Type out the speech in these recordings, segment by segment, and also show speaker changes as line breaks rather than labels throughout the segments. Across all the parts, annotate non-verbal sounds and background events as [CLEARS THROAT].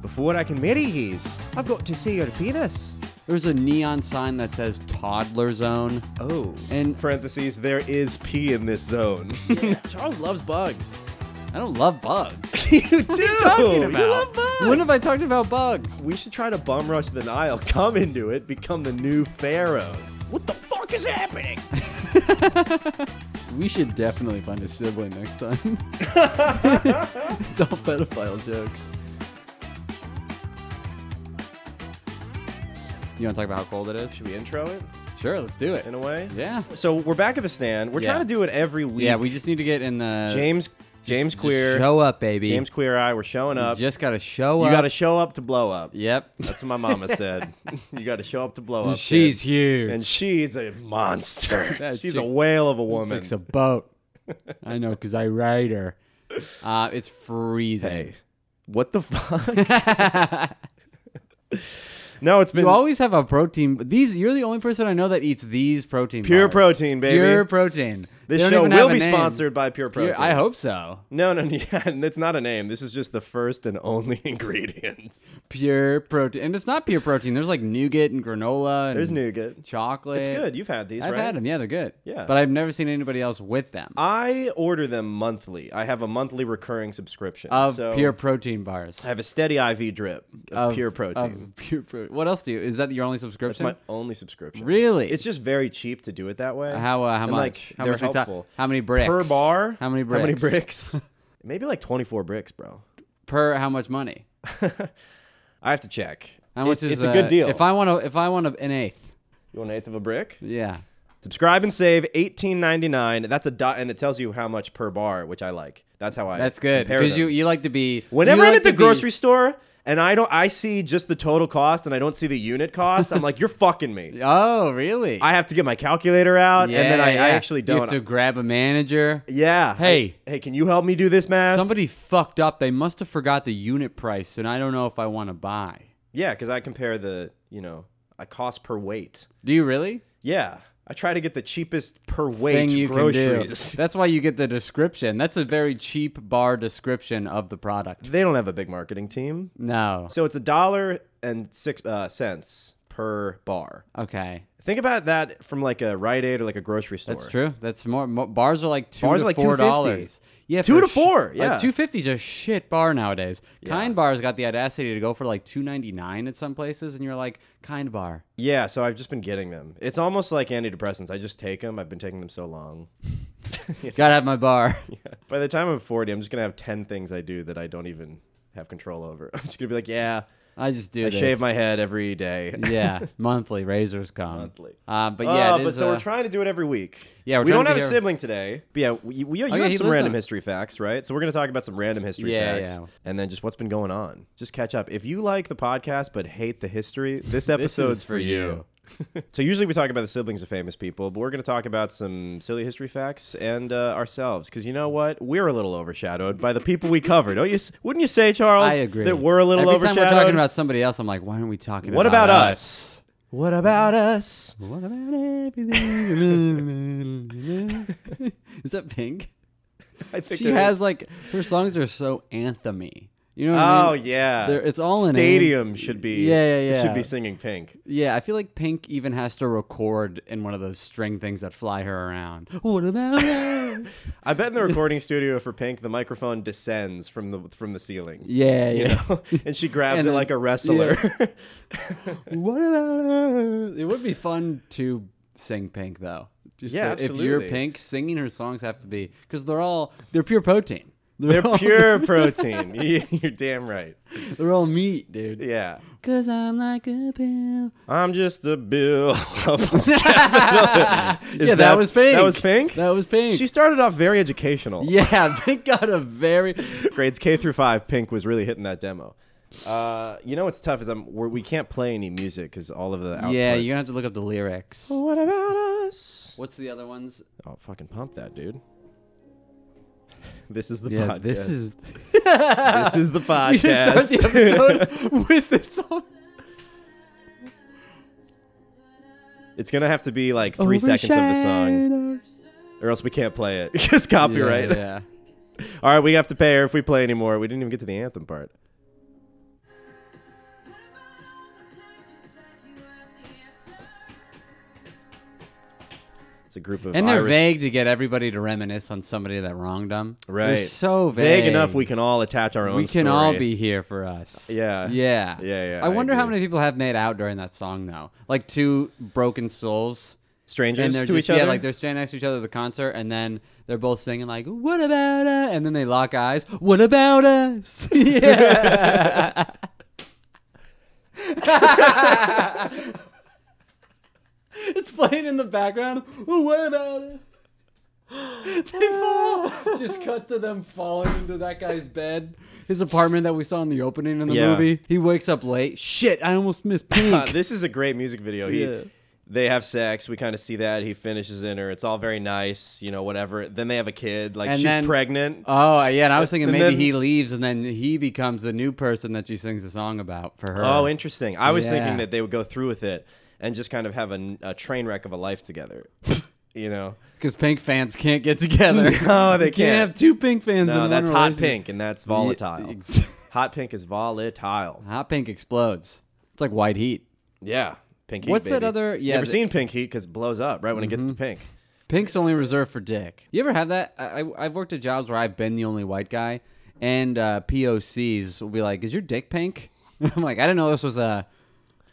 Before I can marry Hayes, I've got to see your penis.
There's a neon sign that says toddler zone.
Oh.
And-
parentheses, there is pee in this
[LAUGHS]
zone. Charles loves bugs.
I don't love bugs.
[LAUGHS] you do.
What are you talking about?
Oh, You love bugs.
When have I talked about bugs?
we should try to bomb rush the Nile, come into it, become the new pharaoh. What the fuck is happening?
We should definitely find a sibling
[LAUGHS]
next time. it's all pedophile jokes. You want to talk about how cold it
[LAUGHS]
is?
Should we intro it
Sure, let's do it.
in a way?
Yeah.
So we're back at the stand. We're
Yeah.
trying to do it every week.
Yeah, we just need to get in the
James James
just
Queer
Show up, baby.
James Queer Eye. We're showing
You
up.
just gotta show
you
up.
got to show up to blow up.
Yep.
[LAUGHS] That's what my
[LAUGHS]
mama said. [LAUGHS] you got to show up to blow up.
She's
kid.
huge.
and she's a monster.
[LAUGHS] That
she's
chick-
a whale of a woman.
It's
[LAUGHS]
a boat. I know, cause I ride her. Uh, it's freezing.
Hey, what the fuck?
[LAUGHS]
no, it's been
You always have a protein. These you're the only person I know that eats these protein.
pure
bars.
protein, baby.
Pure protein. They
this
don't
show
even have
will
a
be
name.
sponsored by Pure
Pure-
Protein.
I hope so.
No, [LAUGHS] no, yeah, and it's not a name. This is just the first and only [LAUGHS] ingredient.
Pure protein, and it's not pure protein. There's like nougat and granola. And
There's nougat.
chocolate.
It's good. You've had these,
Mm. I've
right?
had them. Yeah, they're good.
Yeah. Uh,
but I've never seen anybody else with them
I order them monthly. I have a monthly recurring subscription
of
so
pure protein bars.
I have a steady IV drip of,
Of-
pure protein.
of pure protein. What else do you? Is that your only
It's
subscription?
my only subscription.
Really?
It's just very cheap to do it that way.
how uh, how
And,
much?
Like,
how
they're
much we talk-
helpful.
How many bricks
per bar?
How many bricks?
How many
[LAUGHS]
bricks? Maybe like 24 bricks, bro.
per? How much money?
I have to check.
How much
it's,
is
it's a
uh,
good deal.
If I want to, if I want a, an eighth,
you want an eighth of a brick?
yeah,
Subscribe and save 18.99. That's a dot, and it tells you how much per bar, which I like. That's how I.
that's good
compare
because
them.
you you like to be
Whenever I'm
you like
at the
to be-
grocery store and I don't, I see just the total cost and I don't see the unit cost. I'm like, you're fucking
[LAUGHS]
me.
Oh, really?
I have to get my calculator out, and then I,
Yeah,
I
yeah.
actually
You
don't.
have to grab a manager.
yeah.
Hey.
I- hey, can you help me do this math?
Somebody fucked up. They must have forgot the unit price, and I don't know if I want to buy.
yeah, because I compare the, you know, I cost per weight.
Do you really?
Yeah, I try to get the cheapest per
Thing
weight
you
groceries. [LAUGHS]
can do. [LAUGHS] That's why you get the description. That's a very cheap bar description of the product.
They don't have a big marketing team,
No.
so it's a dollar and six uh, cents per bar.
Okay.
Think about that from like a Rite Aid or like a grocery store.
That's true. That's more, mo bars are like two
Bars
to
are like
four
$2.50.
dollars. Yeah,
Two
for
to
sh-
four, yeah.
like two fifty's a shit bar nowadays. Kind bar's got the audacity to go for like two ninety nine at some places, and you're like,
[LAUGHS]
kind bar.
Yeah, so I've just been getting them. It's almost like antidepressants. I just take them. I've been taking them so long. [LAUGHS]
Gotta have my bar.
By the time I'm 40, I'm just gonna have 10 things I do that I don't even have control over. [LAUGHS] I'm just gonna be like, yeah,
I just do.
I
this.
shave my head every day.
[LAUGHS]
[LAUGHS]
yeah monthly razors come monthly. Uh, but yeah,
Oh,
it
but
is,
so
uh,
we're trying to do it every week.
Yeah, we're
we
trying
don't
to
have a
be here-
sibling today. But yeah, we, we, you
yeah,
have
he
some
lives
random
on-
history facts, right? So we're gonna talk about some random history
Yeah,
facts,
yeah.
and then just what's been going on. Just catch up. If you like the podcast but hate the history, this
[LAUGHS] this
episode's
is for you.
So usually we talk about the siblings of famous people, but we're going to talk about some silly history facts and uh, ourselves because you know what? We're a little overshadowed by the people we cover. Don't you? s- Wouldn't you say, Charles?
I agree.
That we're a little
Every
overshadowed.
time we're talking about somebody else, I'm like, why aren't we talking?
what
about,
about, us? What about us?
[LAUGHS] What about
[LAUGHS]
everything? [LAUGHS] is that Pink?
I think [LAUGHS]
She
it
has
is.
like her songs are so anthemy. You know what I
Oh
mean?
yeah,
There- it's all in
stadium
aim-
should be.
Yeah, yeah,
it
yeah.
Should be singing Pink.
Yeah, I feel like Pink even has to record in one of those string things that fly her around.
[LAUGHS]
What about us?
I bet in the recording studio for Pink, the microphone descends from the from the ceiling.
yeah,
You
yeah.
know, [LAUGHS] and she grabs
And
it
then-
like a wrestler.
[LAUGHS] what about us? It would be fun to sing Pink though. Just
Yeah,
the- if you're
absolutely.
Pink, singing her songs have to be because they're all they're pure protein.
They're
all- [LAUGHS]
pure protein. [LAUGHS] You're damn right.
They're all meat, dude.
Yeah.
Cause I'm like a
[LAUGHS]
pill.
I'm just a bill. [LAUGHS]
yeah, that,
that-
was Pink.
that was Pink?
That was Pink.
she started off very educational.
[LAUGHS] yeah, Pink got a very
Grades K through five, Pink was really hitting that demo. Uh, you know what's tough is I'm we're, we can't play any music because all of the output.
Yeah, you're gonna have to look up the lyrics.
What about us?
What's the other ones?
Oh, fucking pump that, dude. [LAUGHS] This is the
Yeah,
podcast.
[LAUGHS]
[LAUGHS]
this is
this is
[LAUGHS]
the
we should start the [LAUGHS]
podcast.
episode with this song.
[LAUGHS] it's gonna have to be like three seconds of the song, or else we can't play it [LAUGHS] because copyright.
Yeah, yeah.
All right, we have to pay her if we play anymore. We didn't even get to the anthem part. It's a group of
And they're
Irish-
vague to get everybody to reminisce on somebody that wronged them.
Right.
They're so vague.
Vague enough, we can all attach our own.
we can all
story.
be here for us.
Yeah.
Yeah.
Yeah, yeah,
I
I
wonder how
agree.
many people have made out during that song though. Like two broken souls.
strangers
and they're
to
just,
each other.
Yeah,
[LAUGHS]
like they're standing next to each other at the concert, and then they're both singing like "What about us?" and then they lock eyes. What
[LAUGHS]
about us? yeah. [LAUGHS] it's playing in the background. What about us? [GASPS] They fall.
[LAUGHS]
Just cut to them falling into that guy's bed. His apartment that we saw in the opening in the
Yeah.
movie. He wakes up late. Shit, I almost
[LAUGHS]
missed Pink.
Uh, this is a great music video. He,
Yeah.
They have sex. We kind of see that. He finishes in her. It's all very nice, you know, whatever. Then they have a kid. Like,
And
she's
then-
pregnant.
Oh yeah, and I was thinking
And
maybe
then-
he leaves and then he becomes the new person that she sings a song about for her.
oh, interesting. I was
Yeah.
thinking that they would go through with it and just kind of have a, a train wreck of a life together, [LAUGHS] you know?
because Pink fans can't get together.
[LAUGHS] No, they
You
can't.
have two Pink fans. in
No,
one
that's hot
relationship.
pink, and that's volatile.
ex- [LAUGHS]
hot pink is volatile.
Hot Pink explodes. It's like white heat.
Yeah. Pink heat.
What's that
baby.
other-
You
yeah,
ever
the- Mm-hmm.
seen pink heat? Because it blows up right when it gets to pink.
Pink's only reserved for dick. You ever have that? I, I- I've worked at jobs where I've been the only white guy, and uh, POCs will be like, "Is your dick pink?" [LAUGHS] And I'm like, "I didn't know this was a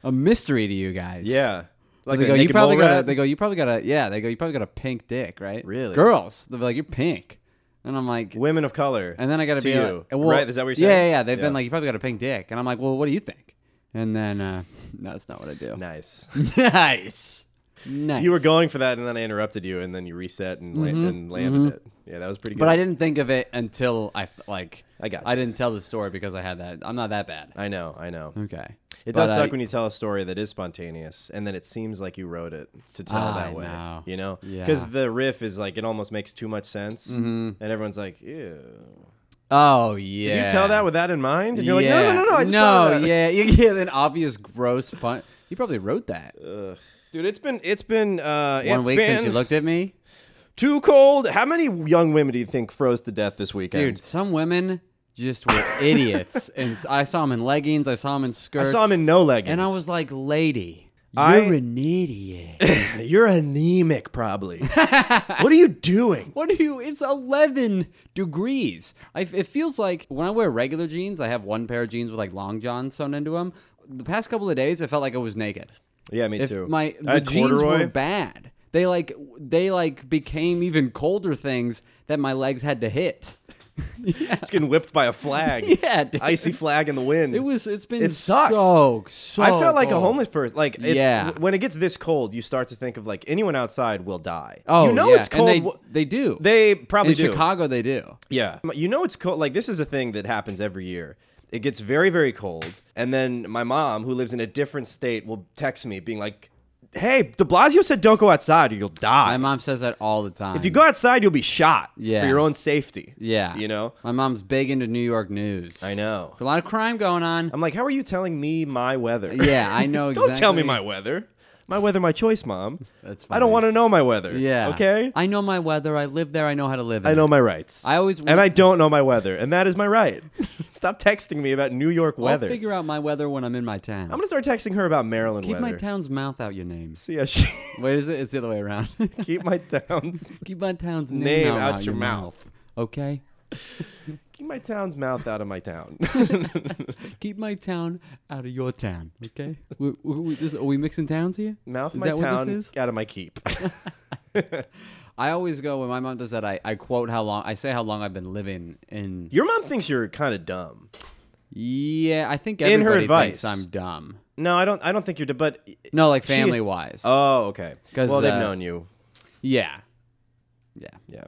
a mystery to you guys."
Yeah. Like
they
that
go, you
naked
probably
mole
got a,
rat?
they go, you probably got a, yeah, they go, you probably got a pink dick, right?
Really?
Girls, they're like, you're pink. And I'm like,
women of color.
and then I got to
to
be like-
you,
well,
right? Is that what you're
yeah,
saying?
Yeah, yeah. They've been like, you probably got a pink dick. And I'm like, well, what do you think? And then, uh, no, that's not what I do.
nice.
nice. Nice.
You were going for that, and then I interrupted you, and then you reset and, la- and landed it. Yeah, that was pretty good.
Mm-hmm. But I didn't think of it until I, like,
I got
I
you.
didn't tell the story because I had that. I'm not that bad.
I know, I know.
Okay.
It
But
does
I-
suck when you tell a story that is spontaneous, and then it seems like you wrote it to tell
I
that way.
know.
You know,
Yeah. Mm-hmm.
the riff is like it almost makes too much sense, and everyone's like, "Ew."
Oh, yeah.
Did you tell that with that in mind? And you're
yeah.
like, "No, no, no, no." I just thought
no,
of that."
yeah. You [LAUGHS] get an obvious gross pun. You probably wrote that.
dude. It's been, it's been, uh,
one
it's
week
been
since you looked at me.
too cold. How many young women do you think froze to death this weekend?
Dude, some women just were
[LAUGHS]
idiots. And s- I saw them in leggings, I saw them
I
in skirts.
saw him in no leggings,
And I was like, lady, you're
I- [LAUGHS]
an idiot.
You're anemic,
[LAUGHS]
probably. what are you doing?
what are you? It's 11 degrees. I f it feels like when I wear regular jeans, I have one pair of jeans with like long johns sewn into them. The past couple of days, I felt like I was naked.
Yeah, me
If
too.
my
I
the
had
jeans
corduroy.
were bad. They like they like became even colder things that my legs had to hit.
I was getting whipped by a flag.
[LAUGHS] Yeah, dude.
icy flag in the wind.
It was. It's been
It sucks.
so so.
I felt like a
cold.
homeless person. Like, it's,
Yeah.
when it gets this cold, you start to think of like anyone outside will die.
Oh,
you know
yeah.
it's cold.
And
Wha-
they, they do.
They probably
in
do.
Chicago they do.
Yeah, you know it's cold. Like this is a thing that happens every year. It gets very very cold, and then my mom, who lives in a different state, will text me being like, "Hey, De Blasio said don't go outside or you'll die."
My mom says that all the time.
If you go outside, you'll be shot
Yeah.
for your own safety.
yeah,
You know?
my mom's big into New York news.
I know.
a lot of crime going on.
I'm [LAUGHS] like, how are you telling me my weather?
yeah, I know.
Don't
exactly.
tell me my weather. My weather, my choice, mom.
[LAUGHS] That's
I don't
funny.
want to know my weather.
Yeah.
Okay?
I know my weather. I live there. I know how to live. In
I know
it.
my rights.
I always-
and I don't know my weather, and that is my
[LAUGHS]
right. Stop texting me about New York
I'll
weather.
figure out my weather when I'm in my town.
I'm gonna start texting her about Maryland
Keep my
weather.
town's mouth out your names.
See how she
Wait, is it? It's the other way around.
[LAUGHS]
[LAUGHS]
keep my town's
Keep my town's name,
Name out
out
your
Okay.
keep my town's mouth out of my
[LAUGHS]
town. [LAUGHS]
Keep my town out of your town. Okay. we, we, we- this, are we mixing towns here?
mouth
Is
my
that what this
town
is?
out of my
[LAUGHS]
keep. [LAUGHS]
I always go when my mom does that. I, I quote how long I say how long I've been living in.
Your mom thinks you're kind of dumb.
Yeah, I think
In her
everybody thinks
advice.
I'm dumb.
No, I don't. I don't think you're. d- But
No, like
She-
family wise.
oh, okay.
'Cause,
Well, they've
uh,
known you.
yeah, yeah.
Yeah,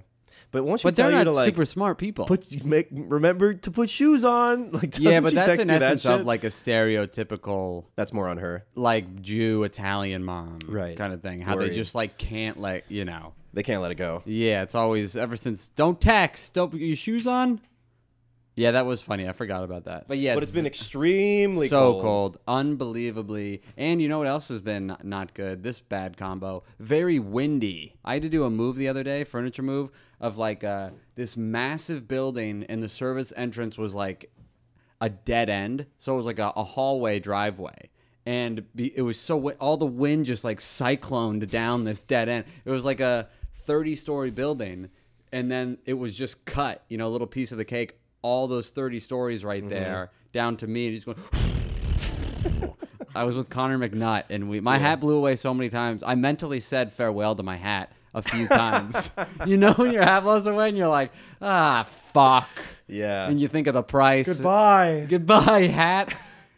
but once you
But they're
tell you
not
to like
super smart people.
put make remember to put shoes on, [LAUGHS] like doesn't
yeah, but
she
that's
text
an
you that
essence
shit?
of like a stereotypical
that's more on her.
like Jew Italian mom
Right.
kind of thing. How they
Worried.
just like can't like you know.
They can't let it go.
Yeah, it's always ever since don't text, don't put your shoes on. Yeah, that was funny. I forgot about that. But yeah,
But it's been extremely
so cold. unbelievably. And you know what else has been not good? This bad combo. Very windy. I had to do a move the other day, furniture move of like uh, this massive building, and the service entrance was like a dead end, so it was like a, a hallway driveway. and be, it was so wi- all the wind just like cycloned down this dead end. It was like a 30 story building, and then it was just cut, you know, a little piece of the cake, all those 30 stories right there down to me, and he's going. I was with Connor McNutt, and we my hat blew away so many times. I mentally said farewell to my hat a
[LAUGHS]
few times. you know when your hat blows away and you're like, ah, fuck.
Yeah.
And you think of the price.
Goodbye.
Goodbye, hat.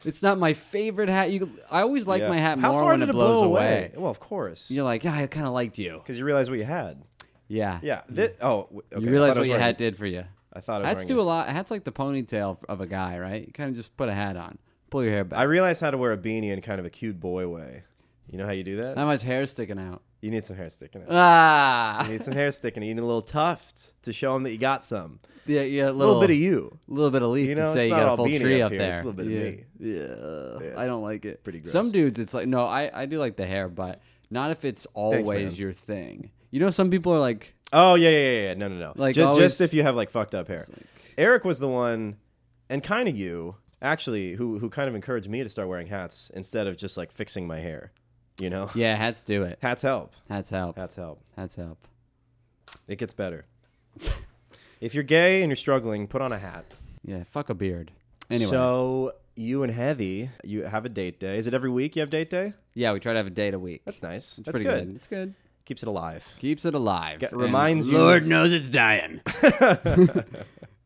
It's not my favorite hat. You, I always like
Yeah.
my hat
How
more
far
when
did
it blows
blow
away.
Well, of course.
You're like, yeah, I kind of liked you.
Because you realize what you had.
Yeah.
Yeah. Thi- oh, w- okay.
You
I
realize
thought I was
what your
wearing-
hat did for you.
I thought I was
Hats
wearing
do
a-
a lot. Hats like the ponytail of a guy, right? You kind of just put a hat on, pull your hair back.
I realized how to wear a beanie in kind of a cute boy way. You know how you do that?
Not much hair sticking out.
you need some hair sticking out.
Ah.
You need some hair sticking. out. You need a little tuft to show them that you got some.
Yeah, yeah,
A
a little,
little bit of you.
little bit of leaf
You know,
to say
it's
you
not
got a
all
full
beanie
tree
up
up
here,
there.
it's a little bit of
yeah.
me.
Yeah, I
it's
don't like it.
pretty gross.
Some dudes, it's like no, I I do like the hair, but not if it's always
man.
your thing. You know, some people are like,
Oh yeah, yeah, yeah, yeah. No, no, no.
Like,
Ju- just,
always-
if you have like fucked up hair. Eric was the one, and kind of you actually, who who kind of encouraged me to start wearing hats instead of just like fixing my hair. You know, [LAUGHS]
yeah, hats do it.
hats help.
Hats help.
Hats help.
Hats help.
It gets
[LAUGHS]
better. if you're gay and you're struggling, put on a hat.
Yeah, fuck a beard. Anyway,
So you and Heavy, you have a date day. Is it every week you have date day?
yeah, we try to have a date a week.
That's nice.
It's
That's
pretty
good.
good. It's good.
Keeps it alive.
Keeps it alive.
Get-
And
reminds you-
Lord knows
[LAUGHS]
it's dying.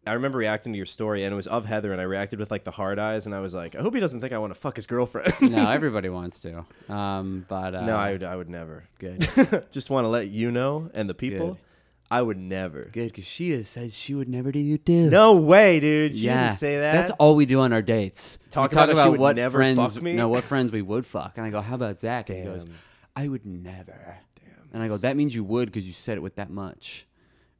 I remember reacting to your story, and it was of Heather, and I reacted with like the hard eyes, and I was like, I hope he doesn't think I want to fuck his girlfriend. [LAUGHS]
no, everybody wants to. Um, but uh,
no, I would, I would never.
good.
[LAUGHS] Just want to let you know and the people,
Good.
I would never.
Good, because she has said she would never do you do.
No way, dude. She didn't say that.
That's all we do on our dates. We
Talk about how she would never
friends,
fuck me?
no, what friends we would fuck. And I go, how about Zach? And he goes,
Damn.
I would never. Damn. And I go, that means you would because you said it with that much.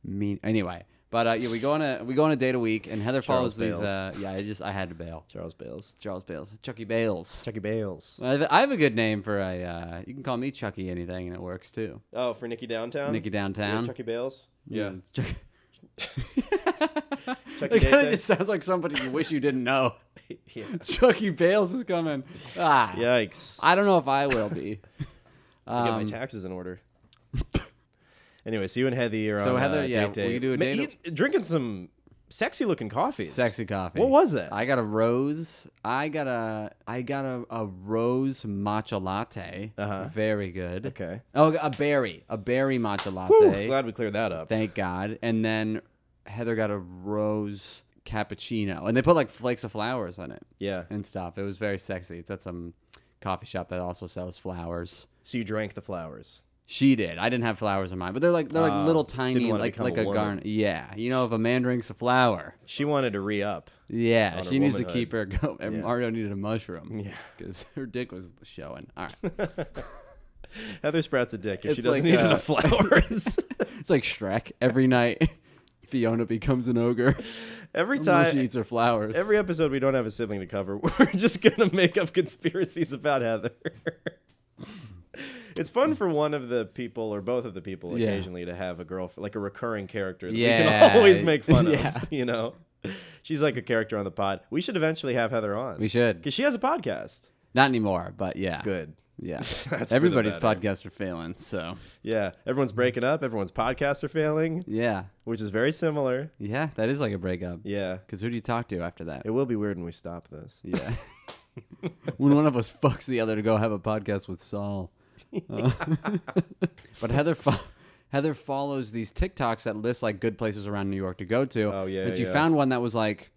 Mean anyway, but uh, yeah, we go on a we go on a date a week, and Heather
Charles
follows these.
Bales.
Uh, yeah, I just I had to bail.
Charles Bales.
Charles Bales, Chucky Bales.
Chucky Bales.
I have, I have a good name for a. Uh, you can call me Chucky anything, and it works too.
Oh, for Nikki Downtown?
Nikki
Yeah,
Downtown.
Chucky Bales?
Chucky.
Chucky
[LAUGHS] It
Date
kind
Day?
of just sounds like somebody you wish you didn't know. [LAUGHS]
yeah.
Chucky Bales is coming. Ah,
Yikes.
I don't know if I will be.
I'll get
Um,
my taxes in order. anyway, so you and Heather are
So
on
Heather,
uh,
yeah,
date day.
we do a
Ma-
date-
you- drinking some [LAUGHS] sexy looking coffees.
Sexy coffee.
What was that?
I got a rose. I got a. I got a, a rose matcha latte.
Uh-huh.
Very good.
Okay.
Oh, a berry. A berry matcha
Whew,
latte.
glad we cleared that up.
Thank God. And then Heather got a rose cappuccino, and they put like flakes of flowers on it
yeah.
and stuff. It was very sexy. It's at some coffee shop that also sells flowers.
So you drank the flowers.
She did. I didn't have flowers in mine, but they're like they're like
Oh,
little
didn't
tiny,
wanna
like
become
like
a
a,
woman.
garnet. Yeah, you know, if a man drinks a flower,
She wanted to re up.
yeah,
On her
she needs to
womanhood.
keep her. Go- [LAUGHS] and
Yeah.
Mario needed a mushroom. [LAUGHS]
Yeah.
because her dick was showing. All right,
Heather sprouts a dick if she
It's
doesn't
like,
eat
uh,
enough
[LAUGHS]
flowers. [LAUGHS]
it's like Shrek. Every night, [LAUGHS] Fiona becomes an ogre [LAUGHS]
every
unless she
time,
eats her flowers.
every episode, we don't have a sibling to cover. [LAUGHS] We're just gonna make up conspiracies about Heather. [LAUGHS] it's fun for one of the people or both of the people
Yeah.
occasionally to have a girl like a recurring character that we
Yeah.
can [LAUGHS] always make
[LAUGHS]
fun
Yeah.
of. You know, she's like a character on the pod. We should eventually have Heather on.
we should
because she has a podcast.
not anymore, but yeah,
Good. [LAUGHS]
yeah.
for the
Everybody's
better.
podcasts are failing, so
Yeah, everyone's breaking up. Everyone's podcasts are failing,
yeah,
which is very similar.
yeah. That is like a breakup.
Yeah,
Because who do you talk to after that?
it will be weird when we stop this. [LAUGHS]
Yeah. [LAUGHS] when one of us fucks the other to go have a podcast with Saul. Uh, [LAUGHS] but Heather fo- Heather follows these TikToks that list like good places around New York to go to.
Oh, yeah,
But you
yeah.
found one that was like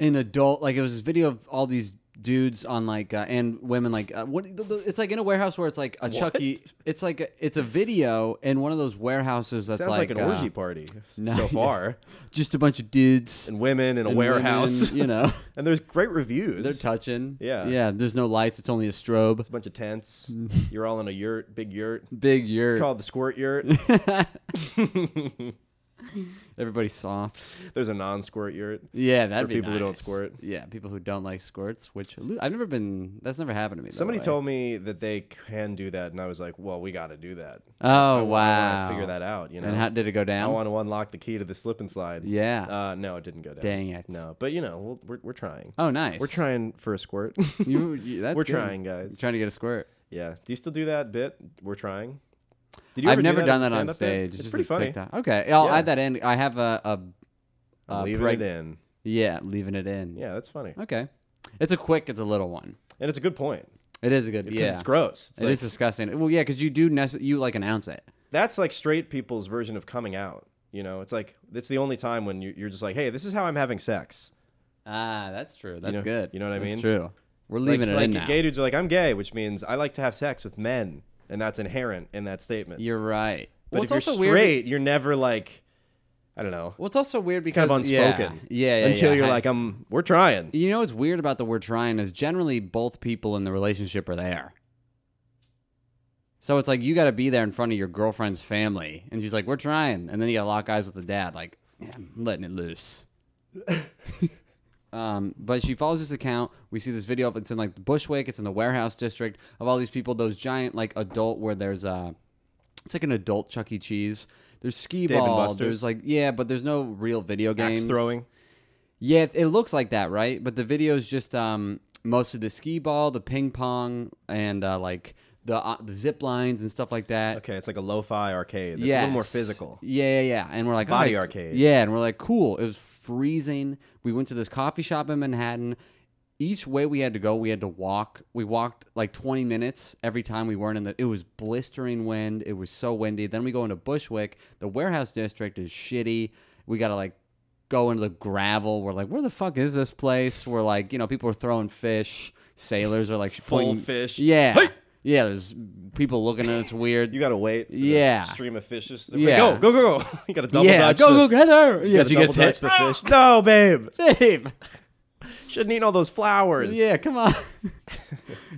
an adult like it was this video of all these dudes on like uh, and women like uh, what the- the- it's like in a warehouse where it's like a Chucky it's like a, it's a video in one of those warehouses that's
Sounds like, an
uh,
orgy party
[LAUGHS] no,
so
yeah.
far,
just a bunch of dudes
and women in a
and
warehouse,
women, you know
[LAUGHS] and there's great reviews.
They're touching.
Yeah.
Yeah. There's no lights. It's only a strobe.
a bunch of
[LAUGHS]
tents. You're all in a yurt, big yurt.
Big yurt. [LAUGHS]
It's called the squirt yurt.
Everybody's soft.
There's a non-squirt urine.
Yeah, that'd
For
be
people who don't
nice.
squirt.
Yeah, people who don't like squirts. Which lo- I've never been. That's never happened to me. by the
Somebody
way.
told me that they can do that, and I was like, "Well, we got to do that." I
Oh
wanna- I
wow.
wanna figure that out. You know,
And how did it go
I
down?
want to unlock the key to the slip and slide.
yeah.
Uh, no, it didn't go down.
Dang it.
No, but you know, we'll, we're we're trying.
oh, nice.
We're trying for a squirt.
[LAUGHS] You, you,
[LAUGHS]
that's
we're
good.
trying, guys.
Trying to get a squirt.
yeah. Do you still do that bit? We're trying. Did
I've
ever do
never done
as
that
a
on
stand-up bit?
stage.
It's
just
pretty
a
funny.
TikTok. Okay, I'll
Yeah.
add that in. I have a, a,
I'm
a
leaving
Uh, preg-
it in.
Yeah, leaving it in.
Yeah, that's funny,
Okay, it's a quick. It's a little one.
and it's a good point.
It is a good.
'Cause
Yeah,
it's gross. It's
It
like-
is disgusting. Well, yeah, because you do nece- you like announce it.
that's like straight people's version of coming out. You know, it's like it's the only time when you, you're just like, "Hey, this is how I'm having sex."
Ah, that's true. That's
know-
good.
you know what I mean?
That's true. We're
Like,
leaving it
like
in now.
gay dudes are like, "I'm gay," which means I like to have sex with men, and that's inherent in that statement.
You're right.
but
well,
if
it's
you're
also
straight,
weird.
you're never like, I don't know,
Well, it's also weird because
kind of unspoken.
Yeah, yeah, yeah
until
yeah.
you're
I-
like, "I'm, we're trying."
you know, what's weird about the word trying is generally both people in the relationship are there. So it's like you got to be there in front of your girlfriend's family, and she's like, "We're trying," and then you got to lock eyes with the dad, like, yeah, "I'm letting
[LAUGHS]
it loose." Um, but she follows this account. We see this video of it's in like Bushwick, it's in the warehouse district of all these people, those giant like adult where there's uh it's like an adult Chuck E. Cheese. There's skee
Dave and
ball.
Buster's?
There's like yeah, but there's no real video games.
Axe throwing.
Yeah, it- it looks like that, right? But the video's just um most of the skee ball, the ping pong, and uh, like the uh, the zip lines and stuff like that.
Okay, it's like a lo-fi arcade. It's a little more
Yes.
physical.
Yeah, yeah, yeah. And we're like
Body
alright.
arcade.
Yeah, and we're like, cool. It was freezing. We went to this coffee shop in Manhattan. Each way we had to go, we had to walk. We walked like 20 minutes every time we weren't in the. It was blistering wind. It was so windy. Then we go into Bushwick. The warehouse district is shitty. We gotta like go into the gravel. We're like, where the fuck is this place? We're like, you know, people are throwing fish. Sailors
[LAUGHS]
are like pulling
fish.
Yeah, yeah. There's people looking at us
[LAUGHS]
weird.
You gotta wait. for the
Yeah.
stream of fishes.
Ah. Yeah.
Go go go go. [LAUGHS] you gotta double
yeah,
dodge.
go
the-
go Heather.
You
Yeah,
gotta
she
double
gets
dodge
hit.
the
[LAUGHS]
fish. No, babe.
Babe.
Shouldn't eat all those flowers.
Yeah, come on. [LAUGHS]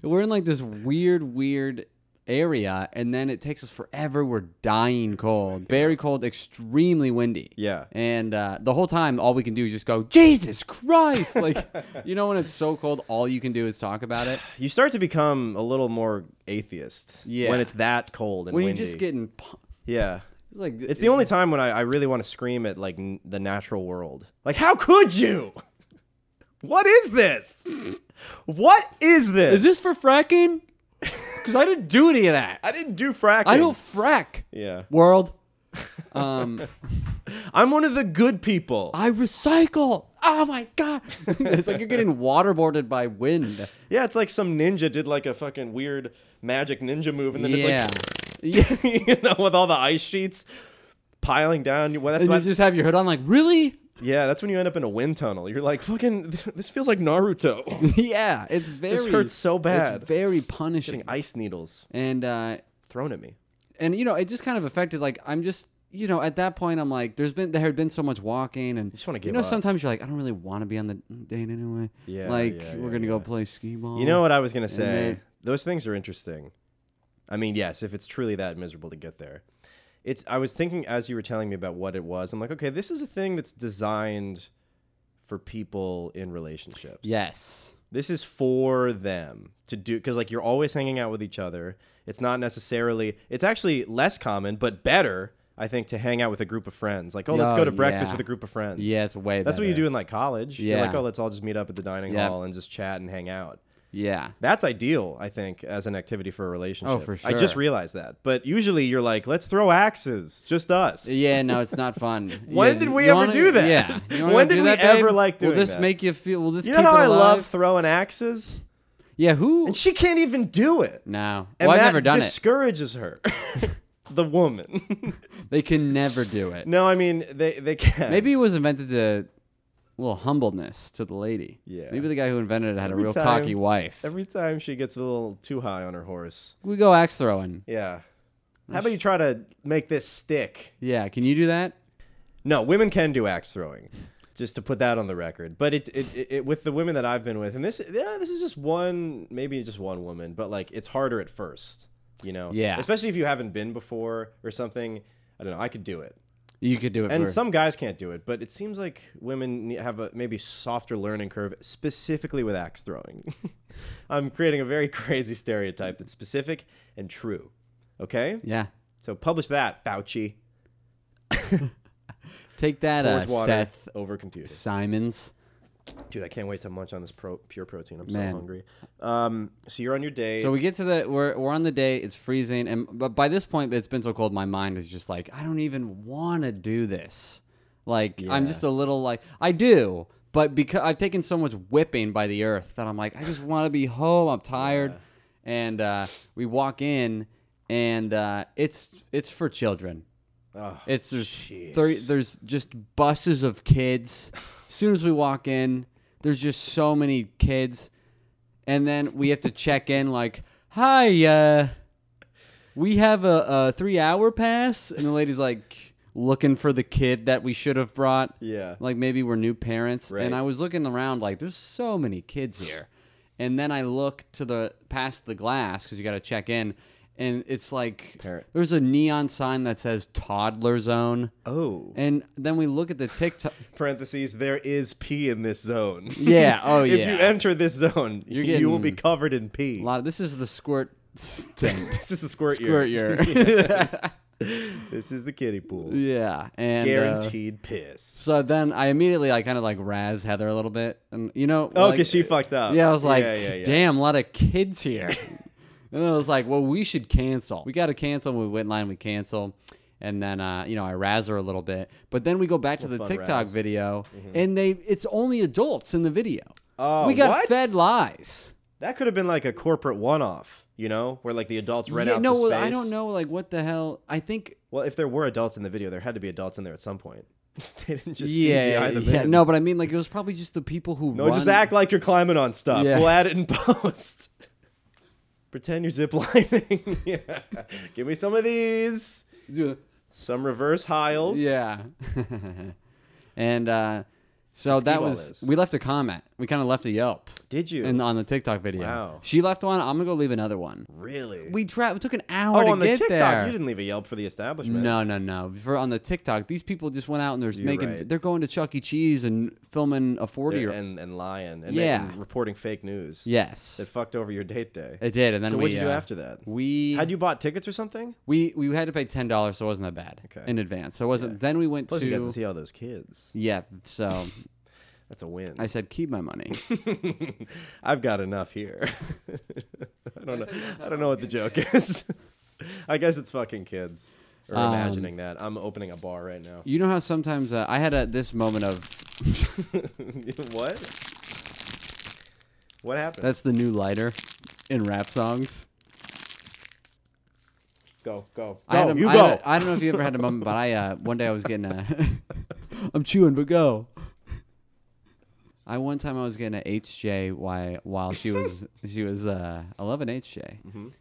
We're in like this weird, weird area, and then it takes us forever. We're dying cold, very cold, extremely windy.
Yeah.
And uh, the whole time, all we can do is just go, Jesus Christ! Like, you know, when it's so cold, all you can do is talk about it.
You start to become a little more atheist.
Yeah.
When it's that cold and
When
windy.
you're just getting, pu-
yeah.
it's like
It's the only time when I, I really want to scream at like n- the natural world. Like, how could you? [LAUGHS] What is this? What is this?
Is this for fracking? Because I didn't do any of that.
[LAUGHS] I didn't do fracking.
I don't frack.
Yeah.
World. Um.
I'm one of the good people.
I recycle. Oh my god! it's like you're getting waterboarded by wind.
yeah, it's like some ninja did like a fucking weird magic ninja move, and then
yeah,
it's
yeah.
like, [LAUGHS] you know, with all the ice sheets piling down. Well, that's
And you
what,
just have your hood on, like really?
yeah, that's when you end up in a wind tunnel. You're like, fucking, this feels like Naruto. [LAUGHS]
[LAUGHS] yeah, it's very.
hurts so bad.
It's very punishing,
ice needles
and uh,
thrown at me.
and you know, it just kind of affected. Like I'm just, you know, at that point, I'm like, there's been there had been so much walking, and
just wanna
you
give
know,
up.
sometimes you're like, I don't really want to be on the date anyway.
Yeah,
like
yeah,
we're
yeah,
gonna go
yeah.
play skee ball.
You know what I was gonna say?
they-
Those things are interesting. I mean, yes, if it's truly that miserable to get there. It's I was thinking as you were telling me about what it was, I'm like, okay, this is a thing that's designed for people in relationships.
Yes.
This is for them to do because like you're always hanging out with each other. It's not necessarily it's actually less common, but better, I think, to hang out with a group of friends. Like, oh, let's
Oh,
go to breakfast
yeah.
with a group of friends.
Yeah, it's way.
That's what you
better.
do in like college. You're like,
Yeah.
oh, let's all just meet up at the dining
Yeah.
hall and just chat and hang out.
Yeah.
That's ideal, I think, as an activity for a relationship.
Oh, for
I just
sure.
realized that. But usually you're like, let's throw axes, just us.
Yeah, no, it's not
[LAUGHS]
fun.
When
Yeah,
did we
you
ever
wanna-
do that?
Yeah.
[LAUGHS]
You wanna
When
do
did we
that, babe?
ever like
Will
doing
this
that?
make you feel? Will this
You
keep
know how
it
I
alive?
love throwing axes?
yeah. Who?
And she can't even do it.
no.
And
Well, I've
that
never done
discourages her. [LAUGHS] the woman. [LAUGHS]
it. They can never do it.
no, I mean they they can.
Maybe it was invented to a little humbleness to the lady.
Yeah.
Maybe the guy who invented it had
Every
a real
time-
cocky wife.
every time she gets a little too high on her horse.
we go axe throwing.
Yeah. How about you try to make this stick?
Yeah. Can you do that?
No, women can do axe throwing. Just to put that on the record, but it, it, it, it with the women that I've been with, and this yeah, this is just one, maybe just one woman, but like it's harder at first, you know.
Yeah.
Especially if you haven't been before or something. I don't know. I could do it.
You could do it.
And
for,
some guys can't do it, but it seems like women ne- have a maybe softer learning curve, specifically with axe throwing. [LAUGHS] I'm creating a very [LAUGHS] crazy stereotype that's specific and true. Okay?
yeah.
So publish that, Fauci.
Take that, uh,
Pours water
Seth
over computer.
Simons.
Dude, I can't wait to munch on this pro- pure protein. I'm
Man.
so hungry. Um, so you're on your day.
So we get to the we're we're on the day. It's freezing, and but by this point, it's been so cold. My mind is just like I don't even want to do this. Like I'm
Yeah.
just a little like I do, but because I've taken so much whipping by the earth that I'm like I just want to be home. I'm tired, and uh, we walk in, and uh, it's it's for children.
Ugh.
It's there's thirty, there's just buses of kids. As soon as we walk in, there's just so many kids, and then we have to check in like, "Hi, uh, we have a, a three hour pass," and the lady's like looking for the kid that we should have brought.
Yeah.
like maybe we're new parents,
Right.
and I was looking around like, "There's so many kids here," and then I look to the past the glass because you got to check in. And it's like
Parent.
there's a neon sign that says toddler zone.
oh.
And then we look at the TikTok.
Parentheses, there is pee in this zone.
yeah. [LAUGHS] Oh
if
yeah.
you enter this zone, you
getting-
will be covered in pee.
a lot. This is the [LAUGHS] squirt. Stink.
[LAUGHS] This is the squirt,
squirt
year.
[LAUGHS] year.
[LAUGHS] This is the kiddie pool.
yeah. And uh,
Guaranteed piss.
so then I immediately like kind of like razz Heather a little bit, and you know.
Oh,
like- uh,
because she fucked up.
Yeah, I was like,
yeah, yeah, yeah.
damn, a lot of kids
[LAUGHS]
here. and I was like, well, we should cancel. We got to cancel. We went in line, we cancel. And then, uh, you know, I razz her a little bit. But then we go back to the
fun
TikTok
razz. Mm-hmm.
video, and they it's only adults in the video.
Oh,
we got
what?
fed lies.
That could have been like a corporate one-off, you know, where like the adults rent
Yeah,
out
no,
the
well,
space.
I don't know, like, what the hell. I think.
Well, if there were adults in the video, there had to be adults in there at some point. [LAUGHS] they didn't just
Yeah,
CGI them
yeah,
in.
no, but I mean, like, it was probably just the people who
No,
run.
just act like you're climbing on stuff.
Yeah.
We'll add it in [LAUGHS] post. Pretend you're ziplining. [LAUGHS] yeah. Give me some of these. Some reverse hiles.
Yeah. [LAUGHS] and uh, so
Skee
that
ball
was
is.
we left a comment. We kind of left a Yelp
Did you?
and on the TikTok video.
Wow.
She left one. I'm gonna go leave another one.
really?
We tra- it took an hour
oh,
to
on the
get
TikTok,
there.
you didn't leave a Yelp for the establishment.
no, no, no. For on the TikTok, these people just went out and they're making.
right.
They're going to Chuck E. Cheese and filming a forty.
They're-
year
and and lying and
Yeah.
making- reporting fake news.
yes,
that fucked over your date day.
it did. And then
so
we,
what'd you do
uh,
after that?
We
Had you bought tickets or something?
we we had to pay ten dollars, so it wasn't that bad
Okay.
in advance. So it wasn't. Then we went
Plus,
to
you got to see all those kids.
yeah. So
That's a win.
I said, keep my money.
I've got enough here. [LAUGHS] I don't know. I don't know what the joke is. [LAUGHS] I guess it's fucking kids. Or
Um,
imagining that. I'm opening a bar right
[LAUGHS]
now. [LAUGHS]
You know how sometimes uh, I had a, this moment of
what? What happened?
that's the new lighter in rap songs.
go, go,
I had
go.
a-
you
I
go.
had a- I don't know if you ever had a moment, but I uh, one day I was getting
[LAUGHS]
a. I'm chewing, but go. I one time I was getting a HJ while while she was she was uh I love an HJ.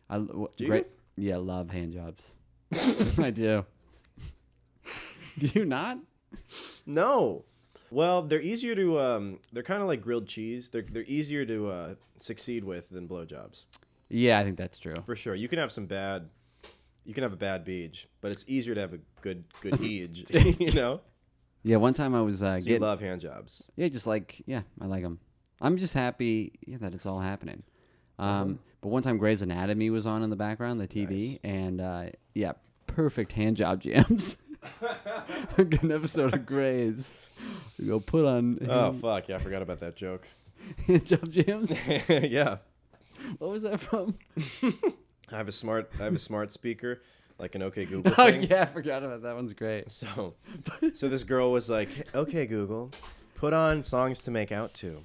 I l- w-
Mm-hmm. Do you?
great yeah love hand jobs. [LAUGHS] I
[LAUGHS]
do. Do you not?
No. Well, they're easier to. Um, they're kind of like grilled cheese. They're they're easier to uh, succeed with than blowjobs.
Yeah, I think that's true.
For sure, you can have some bad. You can have a bad beach, but it's easier to have a good good beach. [LAUGHS] you know,
Yeah, one time I was uh,
so you
getting
love hand jobs.
Yeah, just like yeah, I like them. I'm just happy yeah, that it's all happening.
Uh-huh.
Um, but one time Grey's Anatomy was on in the background, the TV, and uh, yeah, perfect hand job jams. [LAUGHS] Good episode of Grey's. We go put on
Oh fuck! Yeah, I forgot about that joke.
[LAUGHS]
[LAUGHS]
hand job jams.
yeah,
What was that from?
I have a smart. I have a smart speaker, like an OK
[LAUGHS]
Google.
Oh
thing.
yeah, I forgot about that. that one's great.
So, so this girl was like, "Okay, Google, put on songs to make out to,"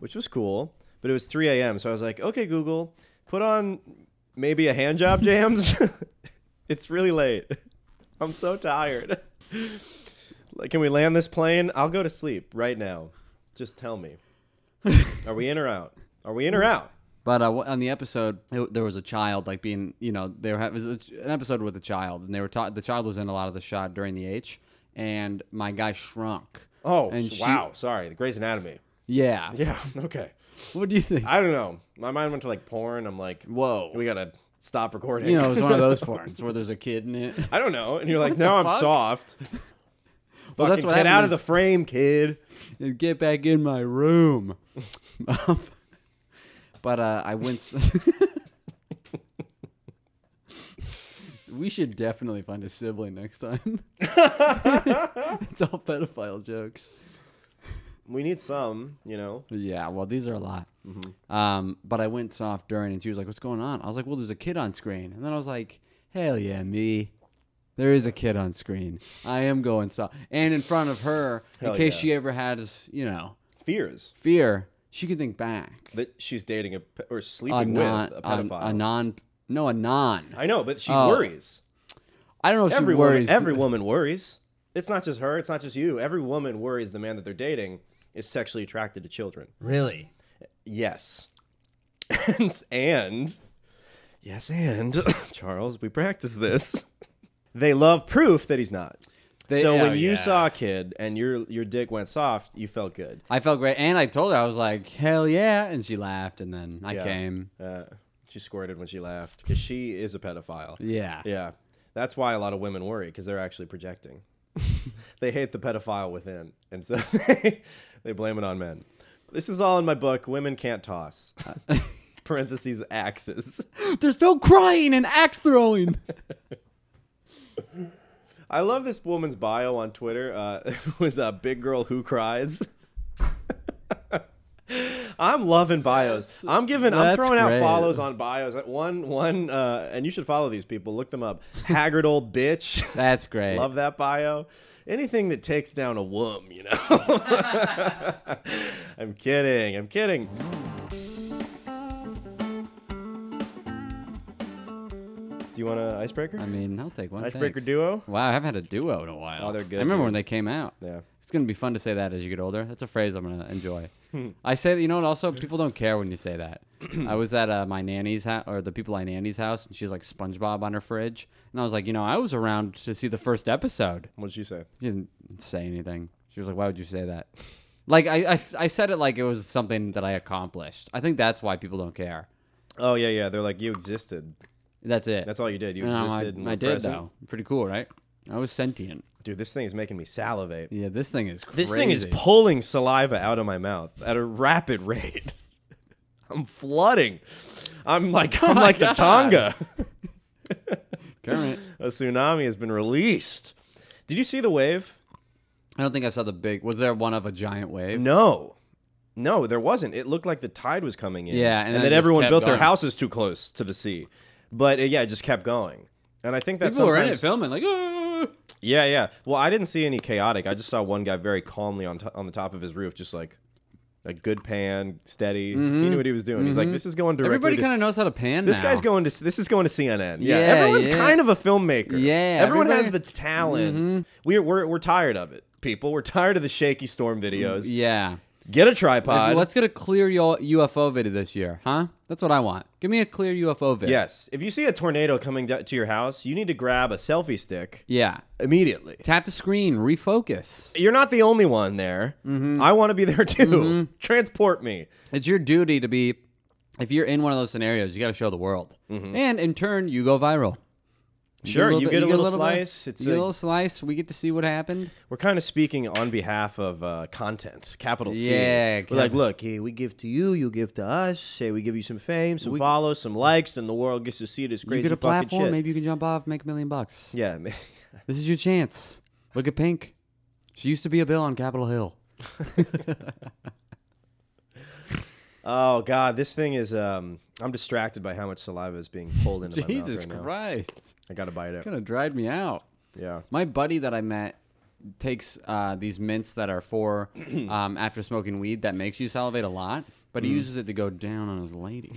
which was cool. But it was 3 a.m., so I was like, "Okay, Google, put on maybe a hand job jams." [LAUGHS] it's really late. I'm so tired. like, can we land this plane? I'll go to sleep right now. Just tell
[LAUGHS]
me, are we in or out? Are we in or out?
But uh, w- on the episode, it- there was a child like being, you know, they were having an episode with a child, and they were taught the child was in a lot of the shot during the H, and my guy shrunk.
Oh,
And she-
wow. Sorry, the Grey's Anatomy.
Yeah.
Yeah. [LAUGHS] Okay.
What do you think?
I don't know. My mind went to like porn. I'm like,
Whoa.
we gotta stop recording. [LAUGHS]
[LAUGHS] you know, it was one of those porns where there's a kid in it.
I don't know. And you're like, now I'm
fuck?
soft.
[LAUGHS] Well, that's
Fucking
what
get
happened
out of
is-
the frame, kid.
and get back in my room. [LAUGHS] but uh, I went. s- [LAUGHS]
We should definitely find a sibling next
[LAUGHS]
time. it's all pedophile jokes.
We need some, you know.
yeah, well, these are a lot.
Mm-hmm.
Um, but I went soft during, and she was like, "What's going on?" I was like, "Well, there's a kid on screen," and then I was like, "Hell yeah, me." There is a kid on screen. I am going soft, and in front of her, in
Hell
case
yeah.
she ever has, you know,
Fears
fear, she could think back.
that she's dating a pe- or
A
sleeping
non,
with a
a,
pedophile.
a non, no, a non.
I know, but she
Oh.
worries.
I don't know if
Every
she worries.
woman, every woman worries. It's not just her. It's not just you. Every woman worries the man that they're dating is sexually attracted to children.
Really?
Yes, [LAUGHS] and, and yes, and [LAUGHS] Charles, we practice this. [LAUGHS] they love proof that he's not.
They-
so when
oh,
you
yeah.
saw a kid and your your dick went soft, you felt good.
I felt great, and I told her I was like, "Hell yeah!" and she laughed, and then I
Yeah.
came.
Uh, she squirted when she laughed because she is a pedophile.
Yeah.
Yeah. That's why a lot of women worry because they're actually projecting. [LAUGHS] they hate the pedophile within. And so [LAUGHS] they, they blame it on men. This is all in my book, Women Can't Toss. Parentheses, axes.
There's no crying and axe
[LAUGHS]
throwing.
I love this woman's bio on Twitter. Uh, [LAUGHS] it was a big girl who cries. [LAUGHS] I'm loving bios. I'm giving. I'm
that's
throwing out
great.
follows on bios. Like, One, one, uh, and you should follow these people. Look them up. Haggard old bitch. [LAUGHS]
That's great.
Love that bio. Anything that takes down a wum, you know. [LAUGHS] I'm kidding. I'm kidding. Do you want an icebreaker?
I mean, I'll take one.
Icebreaker
Um, thanks.
duo?
Wow, I haven't had a duo in a while.
Oh, they're good,
I remember
dude.
when they came out.
Yeah.
It's gonna be fun to say that as you get older. That's a phrase I'm gonna enjoy.
Hmm.
I say that. You know what? Also, people don't care when you say that. [CLEARS THROAT] I was at uh, my nanny's house, or the people I nanny's house, and she's like SpongeBob on her fridge, and I was like, you know, I was around to see the first episode.
What did she say?
She didn't say anything. She was like, "Why would you say that?" Like I, I, I said it like it was something that I accomplished. I think that's why people don't care.
Oh yeah, yeah. They're like you existed.
That's it.
That's all you did. You
And I'm like,
existed. and
I
were
did
present.
though. Pretty cool, right? I was sentient.
Dude, this thing is making me salivate.
Yeah, this thing is crazy.
This thing is [LAUGHS] pulling saliva out of my mouth at a rapid rate. [LAUGHS] I'm flooding. I'm
[LAUGHS]
like I'm
Oh my
like
God.
the Tonga.
Kermit.
A tsunami has been released. Did you see the wave?
I don't think I saw the big. Was there one of a giant wave?
No. No, there wasn't. It looked like the tide was coming in.
Yeah, and
and,
then
then
it just
everyone
kept
built their
going.
houses too close to the sea. But uh, yeah, it just kept going. And I think that's
People were in it
Mm, sometimes-
filming like. "Ah."
Yeah, yeah. Well, I didn't see any chaotic. I just saw one guy very calmly on to on the top of his roof, just like a good pan, steady. He knew what he was doing. He's like, this is going directly.
Mm-hmm. Everybody
to-
kind of knows how to pan.
This
now.
guy's going to this is going to CNN. Yeah,
Yeah,
everyone's
yeah.
kind of a filmmaker.
Yeah,
everyone
everybody- Mm-hmm.
has the talent. We're, we're we're tired of it, people. We're tired of the shaky storm videos.
Yeah.
Get a tripod.
Let's get a clear yo- UFO video this year, huh? That's what I want. Give me a clear UFO video.
yes, if you see a tornado coming da- to your house, you need to grab a selfie stick
Yeah.
immediately.
Tap the screen. Refocus.
You're not the only one there.
Mm-hmm.
I want to be there too. Transport me.
It's your duty to be, if you're in one of those scenarios, you got to show the world. And in turn, you go viral.
Mm-hmm. Sure, you get a little,
bit-
slice. It's
you get a
a-
little slice. We get to see what happened.
we're kind of speaking on behalf of uh, content, capital C.
Yeah,
we're like, look, hey, we give to you, you give to us. Say we give you some fame, some follows, some likes, then the world gets to see this crazy
You get a
fucking
platform.
shit.
Maybe you can jump off, make a million bucks.
Yeah, [LAUGHS] ma-
This is your chance. Look at Pink. She used to be a bill on Capitol Hill.
Oh God, this thing is. Um, I'm distracted by how much saliva is being pulled into
Jesus
my mouth right now.
Christ. Uh,
I gotta bite it.
Kind of dried me out.
Yeah.
My buddy that I met takes uh, these mints that
[CLEARS THROAT]
are for um, after smoking weed that makes you salivate a lot, but
Mm.
he uses it to go down on
[LAUGHS]
his lady.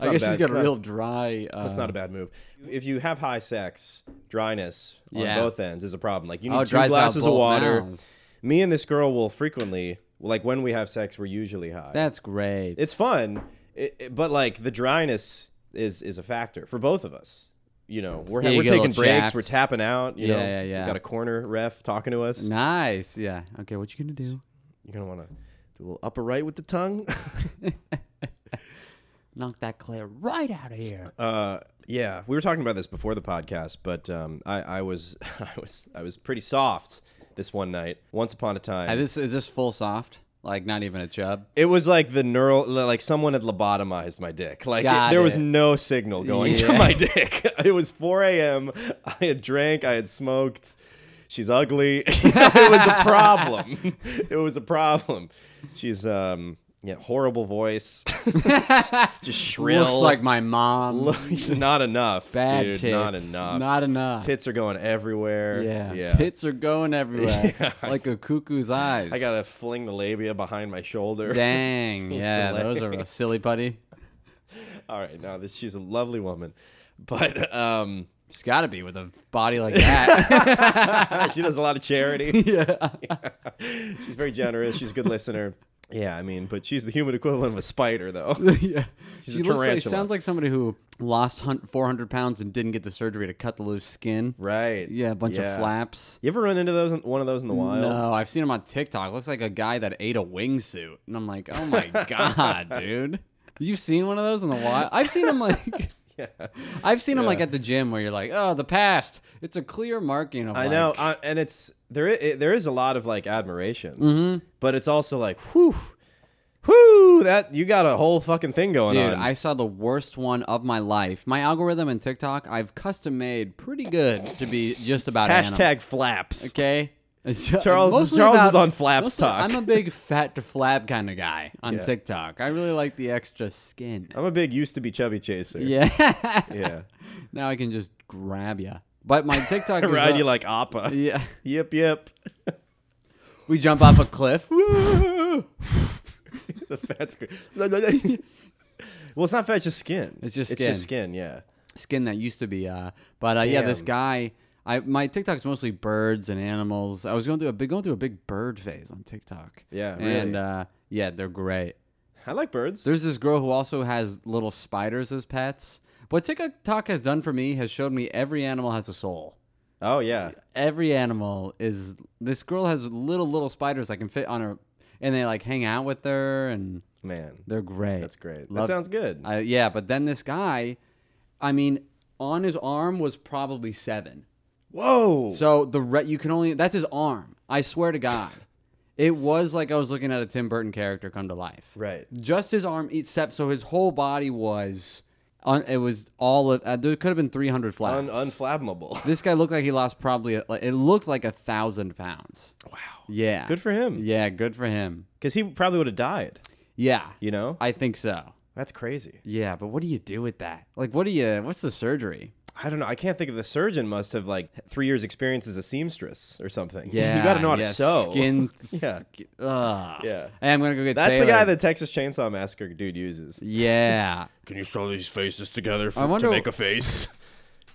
I
not bad.
guess he's got
It's
a
not-
real dry. Uh,
That's not a bad move. If you have high sex, dryness on
Yeah.
both ends is a problem. Like you
Oh,
need
it
two
dries out
glasses of
both
water.
mouths.
Me and this girl will frequently, like when we have sex, we're usually high.
That's great.
it's fun, it, it- but like the dryness is is a factor for both of us. You know, we're
Yeah, you
we're
get a
taking
little
breaks,
jacked.
we're tapping out. You know,
Yeah, yeah, yeah.
We've got a corner ref talking to us.
nice. Yeah. Okay. What you gonna do?
You're gonna want to do a little upper right with the tongue.
knock that Claire right out of here.
Uh, [LAUGHS] yeah, we were talking about this before the podcast, but um, I, I was, [LAUGHS] I was, I was pretty soft this one night. Once upon a time,
Uh, this is this full soft, like not even a chub.
it was like the neural, like someone had lobotomized my dick. Like it-
Got
there was
it.
no signal going to
Yeah.
my dick. [LAUGHS] It was 4 a.m. I had drank. I had smoked. She's ugly. [LAUGHS] it was a
[LAUGHS]
problem. it was a problem. She's um, yeah, horrible voice. [LAUGHS] Just shrill.
Looks like my mom.
[LAUGHS] not enough.
Bad
dude,
tits.
Not enough.
Not enough.
Tits are going everywhere.
yeah.
Yeah.
Tits are
[LAUGHS]
going everywhere, like a cuckoo's eyes.
I gotta [LAUGHS] fling the labia behind my shoulder.
Dang. Yeah, those are a silly putty.
[LAUGHS] All right, now this she's a lovely woman, but um,
She's got to be with a body like that.
[LAUGHS]
[LAUGHS]
she does a lot of charity. Yeah. [LAUGHS] she's very generous. She's a good listener. Yeah, I mean, but she's the human equivalent of a spider,
[LAUGHS]
though.
yeah.
She's
she
a
looks like
tarantula.
sounds like somebody who lost hun- 400 pounds and didn't get the surgery to cut the loose skin.
Right.
Yeah, a bunch
Yeah.
of flaps.
You ever run into those? in- One of those in the wild?
No, I've seen him on TikTok. Looks like a guy that ate a wingsuit, and I'm like, oh
[LAUGHS]
my god, dude. You've seen one of those in the wild? I've seen
[LAUGHS]
him like, I've seen him like at the gym where you're like, oh, the past. It's a clear marking of.
I
like,
know, I, and it's there. i there is a lot of like admiration,
Mm-hmm.
but it's also like, whew, whew, that you got a whole fucking thing going
Dude,
on.
I saw the worst one of my life. My algorithm and TikTok, I've custom made pretty good to be just about
Hashtag
animals.
flaps.
Okay.
Charles is- Charles is on flaps talk.
I'm a big fat to flab kind of guy on
Yeah.
TikTok. I really like the extra skin.
I'm a big used to be chubby chaser.
Yeah.
Yeah.
now I can just grab ya. But my
[LAUGHS]
TikTok [LAUGHS] is
Ride
up-
you like Appa.
[LAUGHS] yeah.
Yip, yip.
We jump off
[LAUGHS]
a cliff.
the fat's [LAUGHS] good. well, it's not fat, it's just skin.
It's just
It's just skin, yeah.
Skin that used to be. Uh, but uh, yeah, this
Damn.
guy. I my TikTok's mostly birds and animals. I was going through a big going through a big bird phase on TikTok.
Yeah,
And
really.
uh, yeah, they're great.
I like birds.
There's this girl who also has little spiders as pets. What TikTok has done for me has showed me every animal has a soul.
oh, yeah.
every animal is this girl has little little spiders that can fit on her and they like hang out with her and
Man,
they're great
that's great.
Love-
that sounds good.
I, yeah but then this guy i mean on his arm was probably seven
Whoa.
so the re- you can only that's his arm i swear to god it was like i was looking at a tim burton character come to life
right.
[LAUGHS] just his arm except so his whole body was on it was all of uh, there could have been 300 flaps
Un- unflammable. [LAUGHS]
this guy looked like he lost probably a, like, it looked like a thousand pounds.
Wow.
Yeah.
Good for him.
Yeah, good for him.
Because he probably would have died,
Yeah.
you know?
I think so.
That's crazy.
Yeah, but what do you do with that? Like, what do you? What's the surgery?
I don't know. I can't think of the surgeon must have like three years experience as a seamstress or something. [LAUGHS] [LAUGHS]
Yeah,
you got to know how
yeah,
to sew.
Skin.
Yeah.
sk- ugh.
Yeah.
Hey, I'm gonna go
[LAUGHS]
get.
That's the guy
Taylor.
the Texas Chainsaw Massacre dude uses.
Yeah.
Can you sew these faces together for,
wonder- make a
face?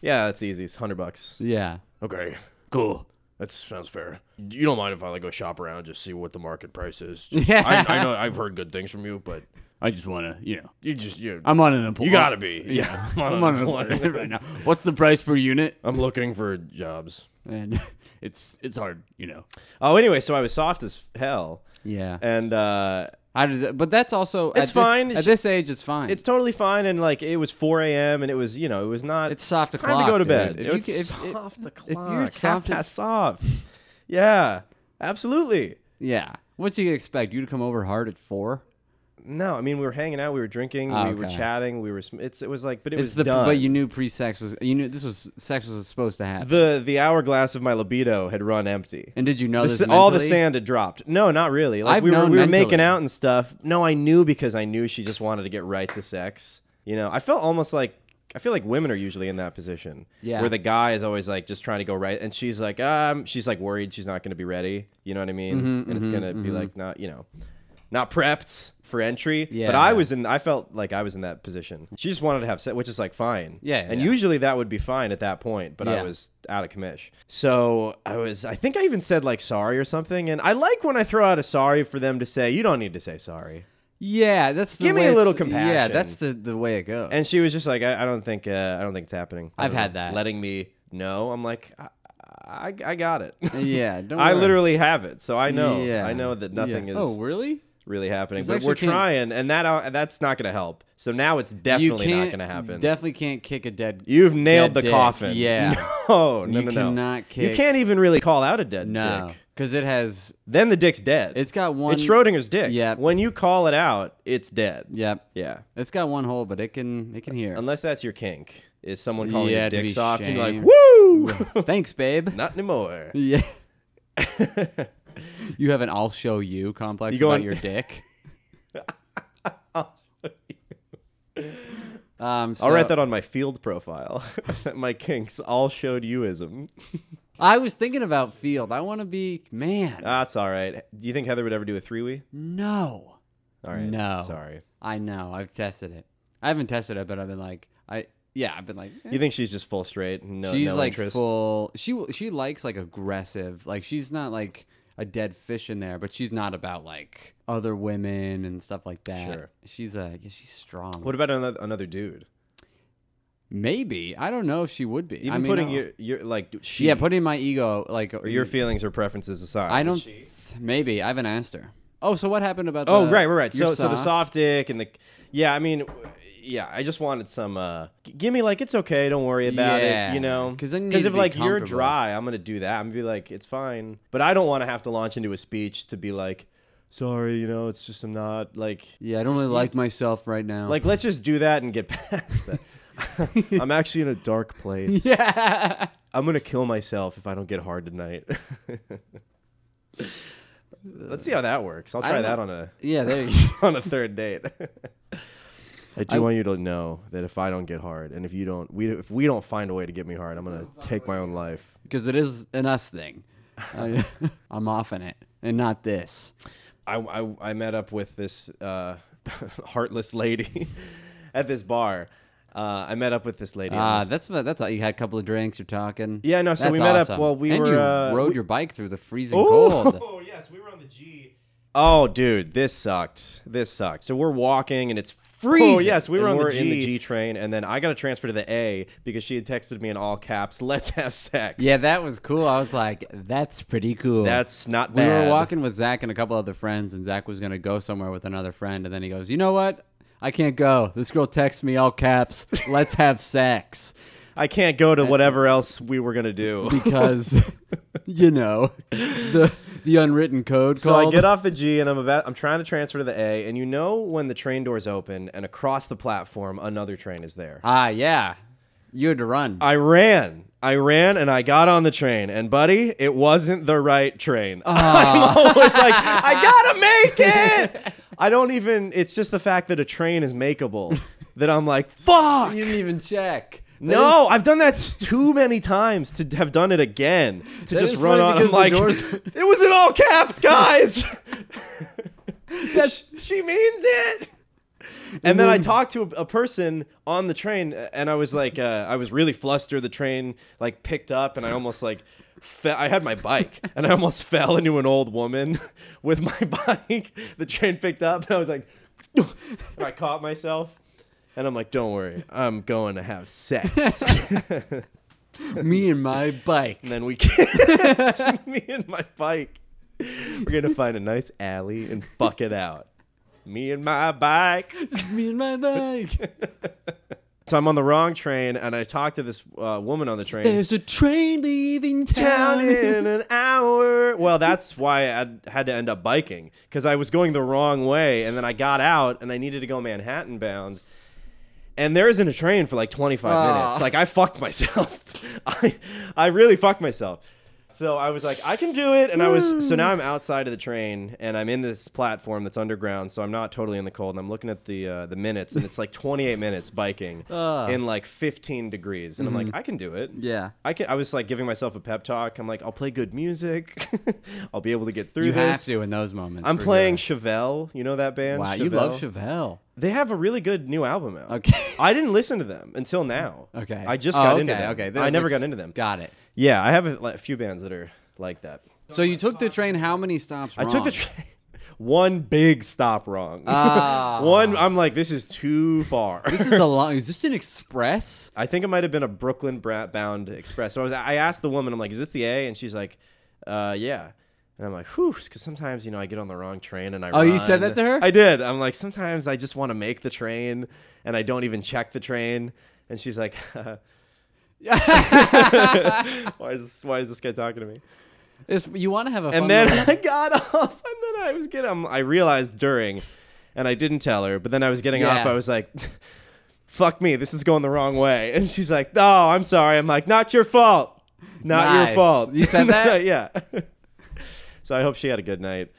yeah, that's easy. It's hundred bucks.
yeah.
[LAUGHS] Okay. Cool. That sounds fair. You don't mind if I like go shop around, just see what the market
[LAUGHS]
price is. Just-
Yeah.
I, I know I've heard good things from you, but
I just wanna, you know,
you just you.
I'm unemployed.
you
[LAUGHS]
gotta be. [LAUGHS] Yeah.
I'm unemployed right now. What's the price per unit?
I'm looking for jobs.
And
[LAUGHS] It's it's hard, you know.
Oh, anyway, so I was soft as hell,
yeah.
and uh,
How did? it- But that's also. at
It's fine.
This,
She-
at this age, it's fine.
it's totally fine. And like it was 4 a.m. and it was you know it was not.
It's soft
time
o'clock,
to go to
dude.
bed.
If
It
you
was
ca- if- if-
soft o'clock.
if you're
half
soft-
past soft. yeah, absolutely.
yeah. What do you expect? You to come over hard at four?
No, I mean we were hanging out, we were drinking,
Ah,
we were
okay.
chatting, we were. sm- It's it was like, but it was
It's the
done.
but you knew pre-sex was you knew this was sex was supposed to happen.
the the hourglass of my libido had run empty.
and did you know
The
this?
sa- all the
mentally?
sand had dropped. No, not really. Like
I've
we were
known
we were
mentally.
making out and stuff. No, I knew because I knew she just wanted to get right to sex. You know, I felt almost like I feel like women are usually in that position.
Yeah.
Where the guy is always like just trying to go right and she's like, um she's like worried she's not gonna be ready. You know what I mean?
Mm-hmm,
and it's gonna be like not you know not prepped for entry. But
Yeah.
I was in I felt like I was in that position. She just wanted to have sex, which is like fine.
Yeah,
And
yeah.
usually that would be fine at that point, but
Yeah.
I was was out of commish. So I was, I think I even said like sorry or something. And I like when I throw out a sorry for them to say, you don't need to say sorry.
Yeah, that's the
Give me
way
a little
it's- Yeah,
compassion.
that's the, the way it goes.
And she was just like, I, I don't think, uh, I don't think it's happening. I
I've
don't know.
had that.
Letting me know. I'm like, I, I, I got it.
[LAUGHS] yeah, don't
I
worry.
literally have it. So [LAUGHS] I know,
Yeah.
I know that nothing
Yeah.
is,
Oh, really?
really happening.
There's
But
actually
we're
can't-
trying, and that uh, that's not going to help. So now it's definitely
you
not
can't,
going to happen.
Definitely can't kick a dead.
You've nailed
dead
the
dick.
coffin.
Yeah.
[LAUGHS] No, no,
You
no, no.
cannot
You
kick-
can't even really call out a dead
[LAUGHS] No,
dick.
because it has.
Then the dick's dead.
It's got one.
It's Schrodinger's dick.
Yep.
When you call it out, it's dead.
Yep.
Yeah.
It's got one hole, but it can. It can hear.
[LAUGHS] Unless that's your kink, is someone calling
Yeah,
your
to
dick
be
soft and you're like,
shamed. [LAUGHS]
woo,
[LAUGHS]
[LAUGHS]
Thanks, babe.
not anymore.
Yeah.
[LAUGHS]
you have an "I'll show you" complex
You go
about
on- [LAUGHS]
your dick. Um, so
I'll write that on my field profile. [LAUGHS] my kinks all showed youism.
I was thinking about field. I want to be man.
That's Ah, all right. Do you think Heather would ever do a three wee?
no,
All right.
No.
Sorry.
I know. I've tested it. I haven't tested it, but I've been like, I yeah, I've been like, eh.
You think she's just full straight? No,
she's
no
like
interest.
full. She will- she likes like aggressive. Like she's not like a dead fish in there, but she's not about like other women and stuff like that.
Sure.
She's a yeah, she's strong.
What about another, another dude?
Maybe I don't know if she would be.
Even
I mean,
putting
uh,
your your like she
yeah, putting my ego like
or your feelings or preferences aside.
Mm. I don't. Maybe I haven't asked her. Oh, so what happened about?
Oh
the,
right, right, right.
your
So so the soft dick and the yeah. I mean, w- yeah. I just wanted some. uh g- Give me like it's okay. Don't worry about
Yeah,
it. You know,
'cause then you need to
if
be
like you're
comfortable.
dry, I'm gonna do that. I'm gonna be like it's fine. But I don't want to have to launch into a speech to be like sorry. You know, it's just I'm not like
Yeah, I don't really like myself right now.
like [LAUGHS] let's just do that and get [LAUGHS] past that.
[LAUGHS]
I'm actually in a dark place.
yeah.
I'm gonna kill myself if I don't get hard tonight. [LAUGHS] Let's see how that works. I'll
I
try
don't
that
know.
on a
Yeah, there you [LAUGHS]
[LAUGHS]
go.
on a third date. I do
I-
want you to know that if I don't get hard, and if you don't, we if we don't find a way to get me hard, I'm gonna take my own life.
Because it is an
[LAUGHS]
us thing. I, [LAUGHS] I'm off in it and not this.
I I, I met up with this uh, [LAUGHS] heartless lady [LAUGHS] at this bar. Uh, I met up with this lady.
Ah, that's what- that's all. You had a couple of drinks. You're talking.
Yeah, no, so
That's
we met up-
awesome.
well, we
and
were,
You
uh,
rode
we-
your bike through the freezing
Oh, [LAUGHS]
cold.
yes, we were on the G. Oh, dude, this sucked. This sucked. So we're walking and it's freezing.
Freezing.
Oh, yes, we were,
And
on
we're
the
in the
G. train, and then I got to transfer to the A because she had texted me in all caps, [LAUGHS] "Let's have sex."
Yeah, that was cool. I was like, that's pretty cool.
that's not
we
bad.
were walking with Zach and a couple other friends, and Zach was gonna go somewhere with another friend, and then he goes, "You know what? I can't go. This girl texts me
[LAUGHS]
all caps. Let's have sex
I can't go to whatever else we were gonna do.
because, [LAUGHS] you know, the the unwritten code."
So I
called.
get off the G and I'm about I'm trying to transfer to the A and you know when the train doors open and across the platform another train is there.
Ah, yeah, you had to run.
I ran. I ran and I got on the train and buddy, it wasn't the right train. [LAUGHS]
Ah.
I'm always like I
[LAUGHS]
got to make it. I don't even it's just the fact that a train is makeable that I'm like fuck.
[LAUGHS] you didn't even check. That is-
No, I've done that s- too many times to have done it again. To
That
just
is
run
funny
on. I'm
because the
like,
doors-
[LAUGHS] it was in all caps,
[LAUGHS]
guys.
That's-
she means it. And then I talked to a, a person on the train, uh, and I was like, uh, I was really flustered. The train like picked up, and I almost like, fe- I had my bike, and I almost [LAUGHS] fell into an old woman [LAUGHS] with my bike. The train picked up, and I was like, [LAUGHS] and I caught myself, and I'm like, don't worry, I'm going to have
[LAUGHS]
sex. [LAUGHS]
me and my bike.
And then we [LAUGHS] kissed me and my bike. We're gonna find a nice alley and fuck it out. Me and my bike.
me and my
[LAUGHS]
bike.
So I'm on the wrong train, and I talk to this uh, woman on the train.
There's a train leaving
down
town.
in an hour. Well, that's why I had to end up biking because I was going the wrong way, and then I got out and I needed to go Manhattan bound. And there isn't a train for like 25
Aw.
minutes. Like I fucked myself. [LAUGHS] I I really fucked myself. So I was like, I can do it, and I was. So now I'm outside of the train, and I'm in this platform that's underground. So I'm not totally in the cold, and I'm looking at the uh, the minutes, and it's like 28 minutes biking in like 15 degrees, and I'm like, I can do it.
Mm-hmm. Yeah.
I can. I was like giving myself a pep talk. I'm like, I'll play good music. [LAUGHS] I'll be able to get through
You
this.
have to in those moments.
I'm
for
playing
sure.
Chevelle. You know that band?
Wow, you love Chevelle.
They have a really good new album out.
Okay.
[LAUGHS] I didn't listen to them until now.
Okay.
I just
Oh,
got
okay,
into them.
Okay.
I
That
never
looks-
got into them.
Got it.
Yeah, I have a, like, a few bands that are like that.
So you took the train how many stops
I took the train. [LAUGHS] One big stop wrong.
Ah.
[LAUGHS] One, I'm like, this is too far.
this is a long. Is this an express?
I think it might have been a Brooklyn bra- bound express. So I was I asked the woman, I'm like, is this the A? And she's like, uh, yeah. And I'm like, whew, because sometimes, you know, I get on the wrong train and I
Oh, you
run.
said that to her?
I did. I'm like, sometimes I just want to make the train and I don't even check the train. And she's like, [LAUGHS] why, is this, why is this guy talking to me?
It's, you want to have a fun
and then [LAUGHS]
little-
I got off, and then I was getting. um, I realized during, and I didn't tell her, but then I was getting off.
Yeah.
I was like, [LAUGHS] "Fuck me, this is going the wrong way." [LAUGHS] And she's like, "Oh, I'm sorry." I'm like, "Not your fault. Not
Nice.
your fault." [LAUGHS]
You said that?
yeah. so I hope she had a good night.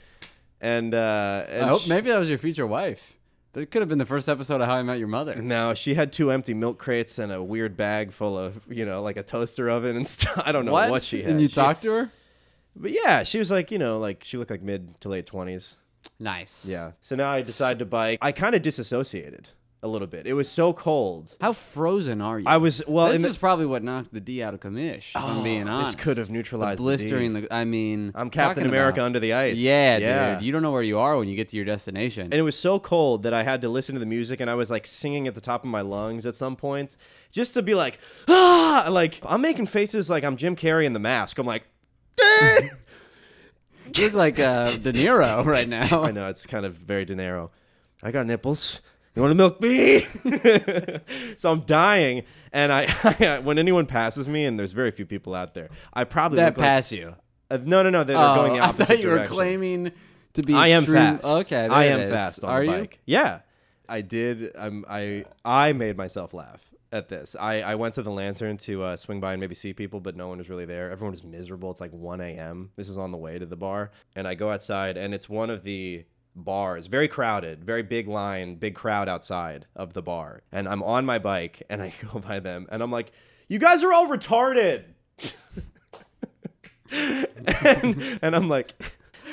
And, uh, and
I hope
she-
maybe that was your future wife. That could have been the first episode of How I Met
[LAUGHS]
Your Mother.
No, she had two empty milk crates and a weird bag full of, you know, like a toaster oven and [LAUGHS] stuff. I don't know what, she had.
And you
She-
talked to her?
But yeah, she was like, you know, like she looked like mid to late 20s.
Nice.
Yeah. So now I decide to bike. I kind of disassociated a little bit. It was so cold.
How frozen are you?
I was well.
this
in the- Oh,
is probably what knocked the D out of commish. if I'm being honest.
this could have neutralized
the
the D.
blistering. The I mean,
I'm Captain
talking
America
about-
under the ice.
Yeah, dude. You don't know where you are when you get to your destination.
and it was so cold that I had to listen to the music, and I was like singing at the top of my lungs at some point, just to be like, ah, like I'm making faces like I'm Jim Carrey in The Mask. I'm like,
you look like uh, De Niro [LAUGHS] right now.
[LAUGHS] I know it's kind of very De Niro. I got nipples. You want to milk me? [LAUGHS] so I'm dying, and I [LAUGHS] when anyone passes me, and there's very few people out there, I probably
that
look like-
pass you.
Uh, no, no, no. They're going the
Oh,
opposite
I thought you were
direction.
claiming to be.
I am
extreme-
fast.
Okay,
I
there it
am
is.
fast on
Are
the
you? [LAUGHS]
bike. Yeah, I did. Um, I I made myself laugh at this. I, I went to the lantern to uh, swing by and maybe see people, but no one was really there. Everyone was miserable. It's like 1 a.m. This is on the way to the bar, and I go outside, and it's one of the bars, very crowded, very big line, big crowd outside of the bar, and I'm on my bike, and I [LAUGHS] go by them, and I'm like, "You guys are all retarded." [LAUGHS] and, and I'm like,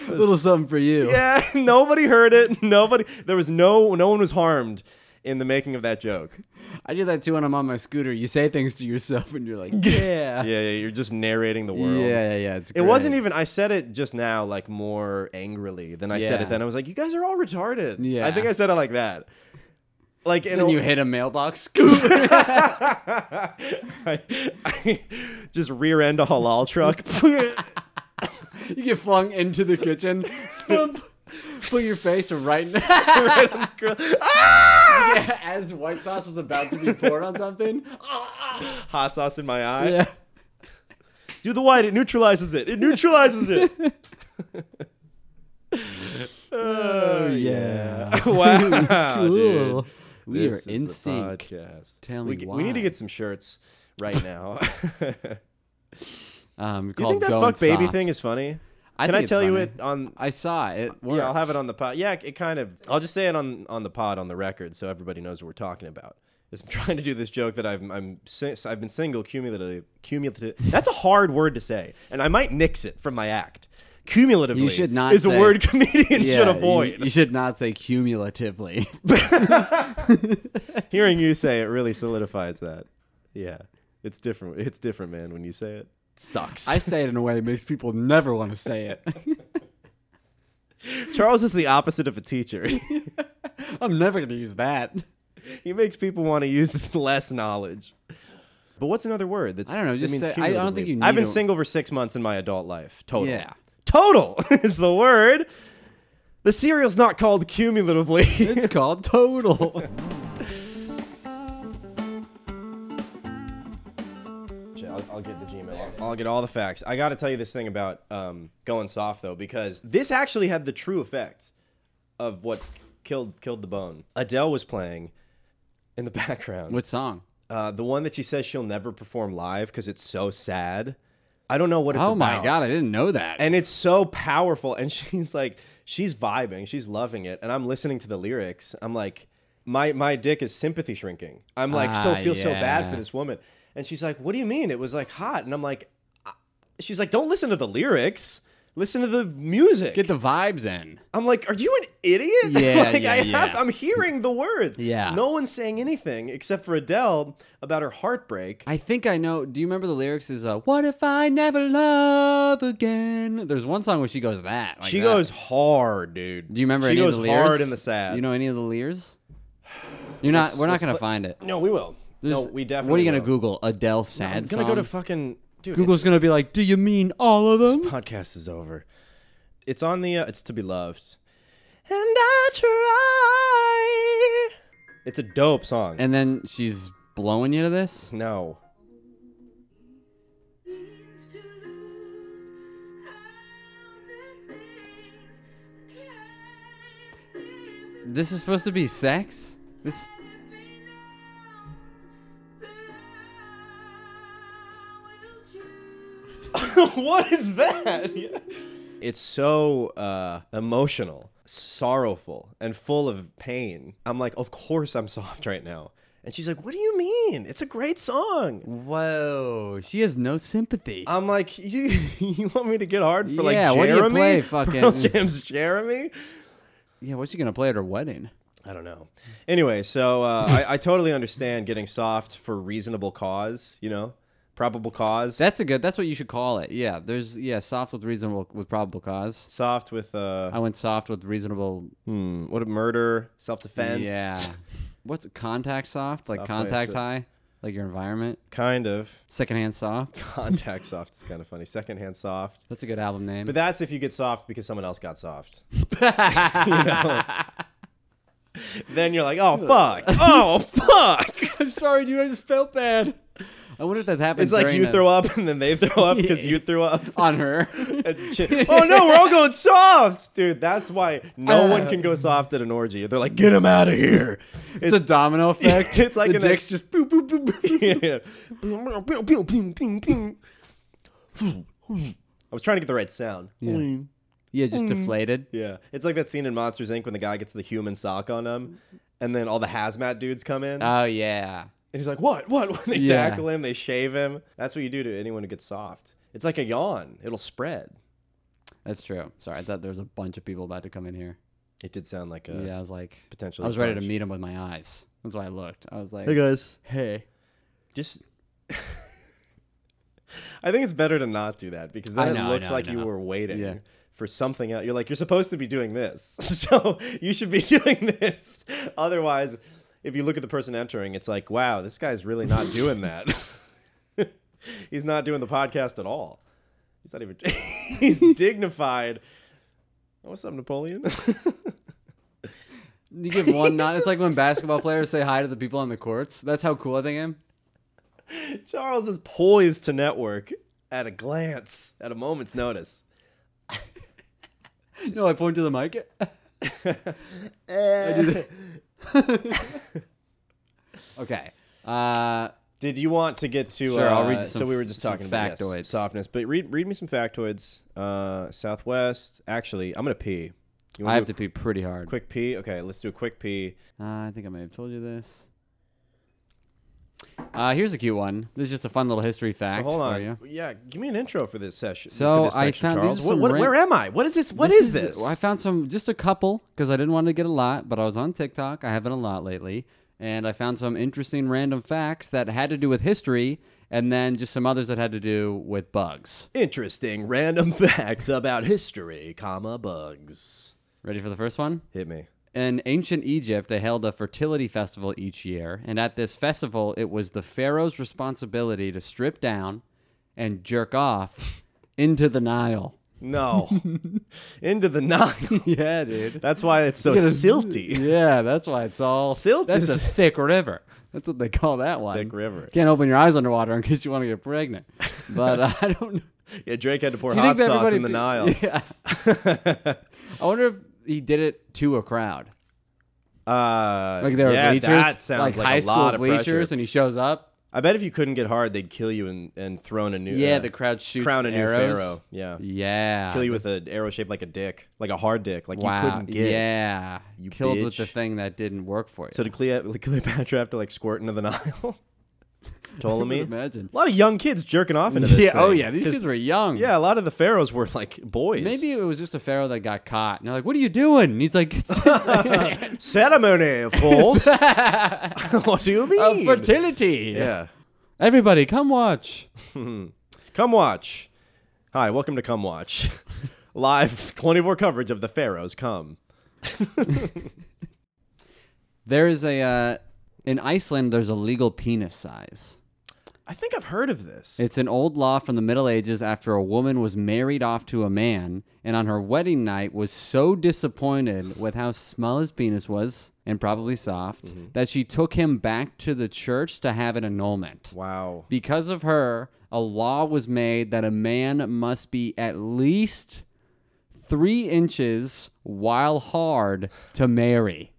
A little something for you.
[LAUGHS] yeah, nobody heard it. [LAUGHS] Nobody. There was no. No one was harmed in the making of that joke.
I do that too when I'm on my scooter. You say things to yourself and
[LAUGHS]
you're like, yeah,
Yeah, yeah. You're just narrating the
yeah,
world.
yeah. yeah it's
It wasn't even. I said it just now, like more angrily than I said
Yeah.
it then. I was like, "You guys are all retarded."
Yeah.
I think I said it like that. Like, and
Then you hit a mailbox. [LAUGHS] Scoot.
I, [LAUGHS] I just rear end a halal truck. [LAUGHS]
you get flung into the kitchen. Splump. [LAUGHS] Put your face
[LAUGHS]
right [LAUGHS] now
Right on the grill.
as white sauce is about to be poured
[LAUGHS]
on something.
Hot sauce in my eye.
[LAUGHS] Yeah.
Do the white. It neutralizes it. It neutralizes it.
[LAUGHS]
[LAUGHS] oh
[LAUGHS]
yeah! [LAUGHS] wow,
Cool.
dude.
Ah, We
This is
are in
the
sync.
podcast.
Tell
we,
me
g- we need to
why.
get some shirts right now. [LAUGHS] Do
Um,
you think that fuck baby thing is funny?
I
Can
think
I
it's
tell you
funny.
it on?
I saw it. it
Yeah, I'll have it on the pod. Yeah, it kind of. I'll just say it on on the pod on the record, so everybody knows what we're talking about. Is I'm [LAUGHS] trying to do this joke that I've I'm since I've been single cumulatively cumulative. That's a hard word to say, and I might nix it from my act. Cumulatively,
You should not
is
say-
a word [LAUGHS] comedians
Yeah,
should
you-
avoid.
You, should not
[LAUGHS]
say cumulatively.
Hearing you say it really solidifies that. Yeah, it's different. It's different, man. When you say it, it sucks.
I say it in a way that makes people never want to say it.
Charles is the opposite of a teacher. [LAUGHS]
I'm never going to use that.
he makes people want to use [LAUGHS] less knowledge. But what's another word that's
I don't know, just
means
say- I- I don't think
cumulatively?
you
I've
need
been
a-
single for six months in my adult life. Total.
Yeah.
Total [LAUGHS] is the word. The cereal's not called cumulatively.
[LAUGHS] It's
[LAUGHS]
called total.
Shit, I'll, I'll get the Gmail. I'll, I'll get all the facts. I got to tell you this thing about um, going soft though, because this actually had the true effect of what killed killed the bone. Adele was playing in the [LAUGHS] background.
what song?
Uh, the one that she says she'll never perform live because it's so sad. I don't know what it's
oh
about.
my god, I didn't know that.
And it's so powerful. And [LAUGHS] she's like, she's vibing, she's loving it. And I'm listening to the lyrics. I'm like, my my dick is sympathy shrinking. I'm like, so
Ah,
feel so bad
yeah.
for this woman. And she's like, what do you mean? It was like hot. And I'm like, I- she's like, don't listen to the lyrics. Listen to the music.
Get the vibes in.
I'm like, are you an idiot? [LAUGHS]
Yeah,
like
yeah,
I
yeah.
have I'm hearing the words.
Yeah.
No one's saying anything except for Adele about her heartbreak.
I think I know. Do you remember the lyrics? Is uh, "What if I never love again"? There's one song where she goes that. like
She
that.
goes hard, dude.
Do you remember
she
any
goes
of the lyrics?
hard in the sad.
You know any of
[SIGHS]
the lyrics? You're not. we're not
let's
gonna
pl-
find it.
No, we will.
There's-
no, we definitely.
What are you gonna
will.
Google? Adele sad
I'm
song.
gonna go to fucking dude.
Google's gonna be like, "Do you mean all of them?"
This podcast is over. It's on the. Uh, it's to be loved. And I try. It's a dope song.
And then she's blowing you to this? [LAUGHS]
no.
This is supposed to be sex? This
what is that? [LAUGHS] it's so uh, emotional, sorrowful, and full of pain. I'm like, of course I'm soft right now. And she's like, what do you mean? It's a great song.
Whoa, she has no sympathy.
I'm like, [LAUGHS] you you want me to get hard for like
Yeah,
Jeremy?
what do
[LAUGHS]
you play, fucking-
Pearl Jam's Jeremy?
yeah, what's she gonna play at her wedding?
I don't know. Anyway, so uh, I, I totally understand getting soft for reasonable cause, you know, probable cause.
That's a good that's what you should call it. Yeah. There's yeah, soft with reasonable with probable cause.
soft with uh,
I went soft with reasonable
hmm, what a murder, self defense.
Yeah. What's contact soft? Like
Soft by
contact
so-
high? Like your environment?
Kind of. [LAUGHS]
Secondhand soft?
Contact soft is kind of funny. Secondhand soft.
That's a good album name.
But that's if you get soft because someone else got soft. [LAUGHS]
[LAUGHS]
you know? Then you're like, oh fuck, oh fuck. [LAUGHS]
I'm sorry, dude, I just felt bad. I wonder if that's happened.
It's like
during
you
the-
throw up and then they [LAUGHS] throw up because you threw up. [LAUGHS]
on her.
It's
[LAUGHS]
chi- oh no, we're all going soft, dude. That's why
Uh,
no one can go soft at an orgy. They're like, get him out of
[LAUGHS]
here. [LAUGHS]
it's a domino effect.
It's like
the
an
dicks just boop boop boop boop.
Yeah. I was trying to get the right sound.
Yeah, just deflated.
Yeah, it's like that scene in Monsters Inc. when the guy gets the human sock on him, and then all the hazmat dudes come in,
Oh yeah.
and he's like, "What? What?" [LAUGHS] When they
Yeah.
tackle him, they shave him. That's what you do to anyone who gets soft. It's like a yawn; it'll spread.
That's true. Sorry, I thought there was a bunch of people about to come in here.
It did sound like a
Yeah, I was like,
potentially.
I was ready to
punch.
meet him with my eyes. That's why I looked. I was like,
guys,
hey,
just. [LAUGHS] I think it's better to not do that because
I
then
know, I
it looks
know, I
like you
know.
were waiting
Yeah.
for something else. You're like, you're supposed to be doing this, [LAUGHS] so you should be [LAUGHS] doing this. Otherwise, if you look at the person entering, it's like, wow, this guy's really not
[LAUGHS]
doing that. [LAUGHS] he's not doing the podcast at all. He's not even. [LAUGHS] he's dignified. Oh, what's up, Napoleon? [LAUGHS]
you give one nod. It's
[LAUGHS]
like when basketball players say hi to the people on the courts. That's how cool I think I
[LAUGHS]
am.
Charles is poised to network at a glance, at a moment's notice.
No, I point to
[LAUGHS]
the mic.
[LAUGHS]
okay. Uh,
Did you want to get to?
Sure,
uh,
I'll read you
so
some-
we were just
some
talking about yes,
factoids.
softness, but read read me some factoids. Uh, Southwest. Actually, I'm gonna pee. You
I have
want to do
to pee pretty hard.
a quick pee? Okay, let's do a quick pee.
Uh, I think I may have told you this. Uh, here's a cute one. This is just a fun little history fact.
So hold
for
on.
you.
Yeah, give me an intro for this session. for
So
this
I
section,
found- these
Charles.
are
What,
some
what,
ran-
where am I? What is this? What is this?
I found some, just a couple, because I didn't want to get a lot, but I was on TikTok. I haven't a lot lately. And I found some interesting random facts that had to do with history, and then just some others that had to do with bugs.
Interesting random [LAUGHS] facts about history, comma bugs.
Ready for the first one?
Hit me.
In ancient Egypt, they held a fertility festival each year, and at this festival, it was the pharaoh's responsibility to strip down and jerk off [LAUGHS] into the Nile. [LAUGHS]
No, into the [LAUGHS] Nile.
Yeah, dude.
That's why it's so silty.
[LAUGHS] Yeah, that's why it's all
Silt
That's
is-
a thick river. That's what they call that one.
Thick river.
Can't open your eyes underwater in case you want to get pregnant. But uh, [LAUGHS] I don't. know.
Yeah, Drake had to pour
Do you
hot
that
sauce
everybody
in the
thi-
Nile.
Yeah. [LAUGHS] I wonder if he did it to a crowd.
Uh,
Like there were
yeah,
bleachers,
that sounds like,
high
a
school
lot of
bleachers,
pressure.
and he shows up.
I bet if you couldn't get hard, they'd kill you and, and thrown a new
Yeah,
uh,
the crowd shoots
crown a new
arrows.
pharaoh. Yeah,
Yeah.
kill you with an arrow shaped like a dick, like a hard dick, like you
wow.
couldn't get.
Yeah.
You
Killed with the
bitch.
thing that didn't work for you.
So did Cleo- Cleopatra have to like squirt into the [LAUGHS] Nile? Ptolemy. a
Imagine.
lot of young kids jerking off into this.
[LAUGHS] Yeah. Oh
thing.
yeah. These
'Cause-
kids were young.
Yeah, a lot of the pharaohs were like boys.
Maybe it was just a pharaoh that got caught, and they're like, "What are you doing?" And he's like, [LAUGHS] "It's- it's-
ceremony, of
[LAUGHS]
course. [LAUGHS] what do you mean?
of fertility.
yeah.
Everybody, come watch.
Come watch. Hi, welcome to Come Watch. Live 24 coverage of the Pharaohs come.
There is a uh, in Iceland. There's a legal penis size.
I think I've heard of this.
It's an old law from the Middle Ages after a woman was married off to a man and on her wedding night was so disappointed with how small his penis was and probably soft that she took him back to the church to have an annulment.
wow.
Because of her, a law was made that a man must be at least three inches while hard to marry.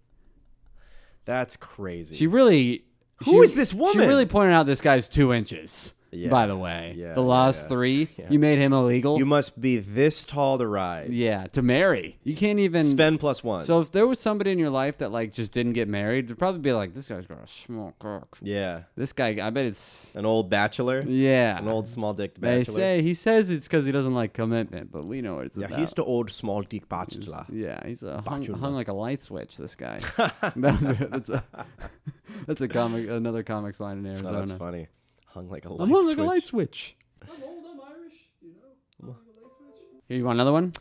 That's crazy.
She really.
Who
she-
is this woman?
She really pointed out this guy's two inches.
Yeah,
By the way,
yeah,
the law's
[LAUGHS] yeah,
three. You made him illegal.
you must be this tall to ride.
yeah, to marry. You can't even.
Sven plus one.
so if there was somebody in your life that like just didn't get married, it'd probably be like, this guy's got a small cock.
yeah.
This guy, I bet it's
An old bachelor.
yeah.
An old small dick bachelor.
They say he says it's because he doesn't like commitment, but we know what it's
yeah,
about.
he's the old small dick bachelor.
yeah, he's a hung,
Bachelor.
hung like a light switch. This
[LAUGHS]
guy. that was a, that's a [LAUGHS] that's a comic another comics line in
Oh,
Arizona.
that's funny. Hung like a light
I'm on
switch.
like a light switch.
Here, you want another one?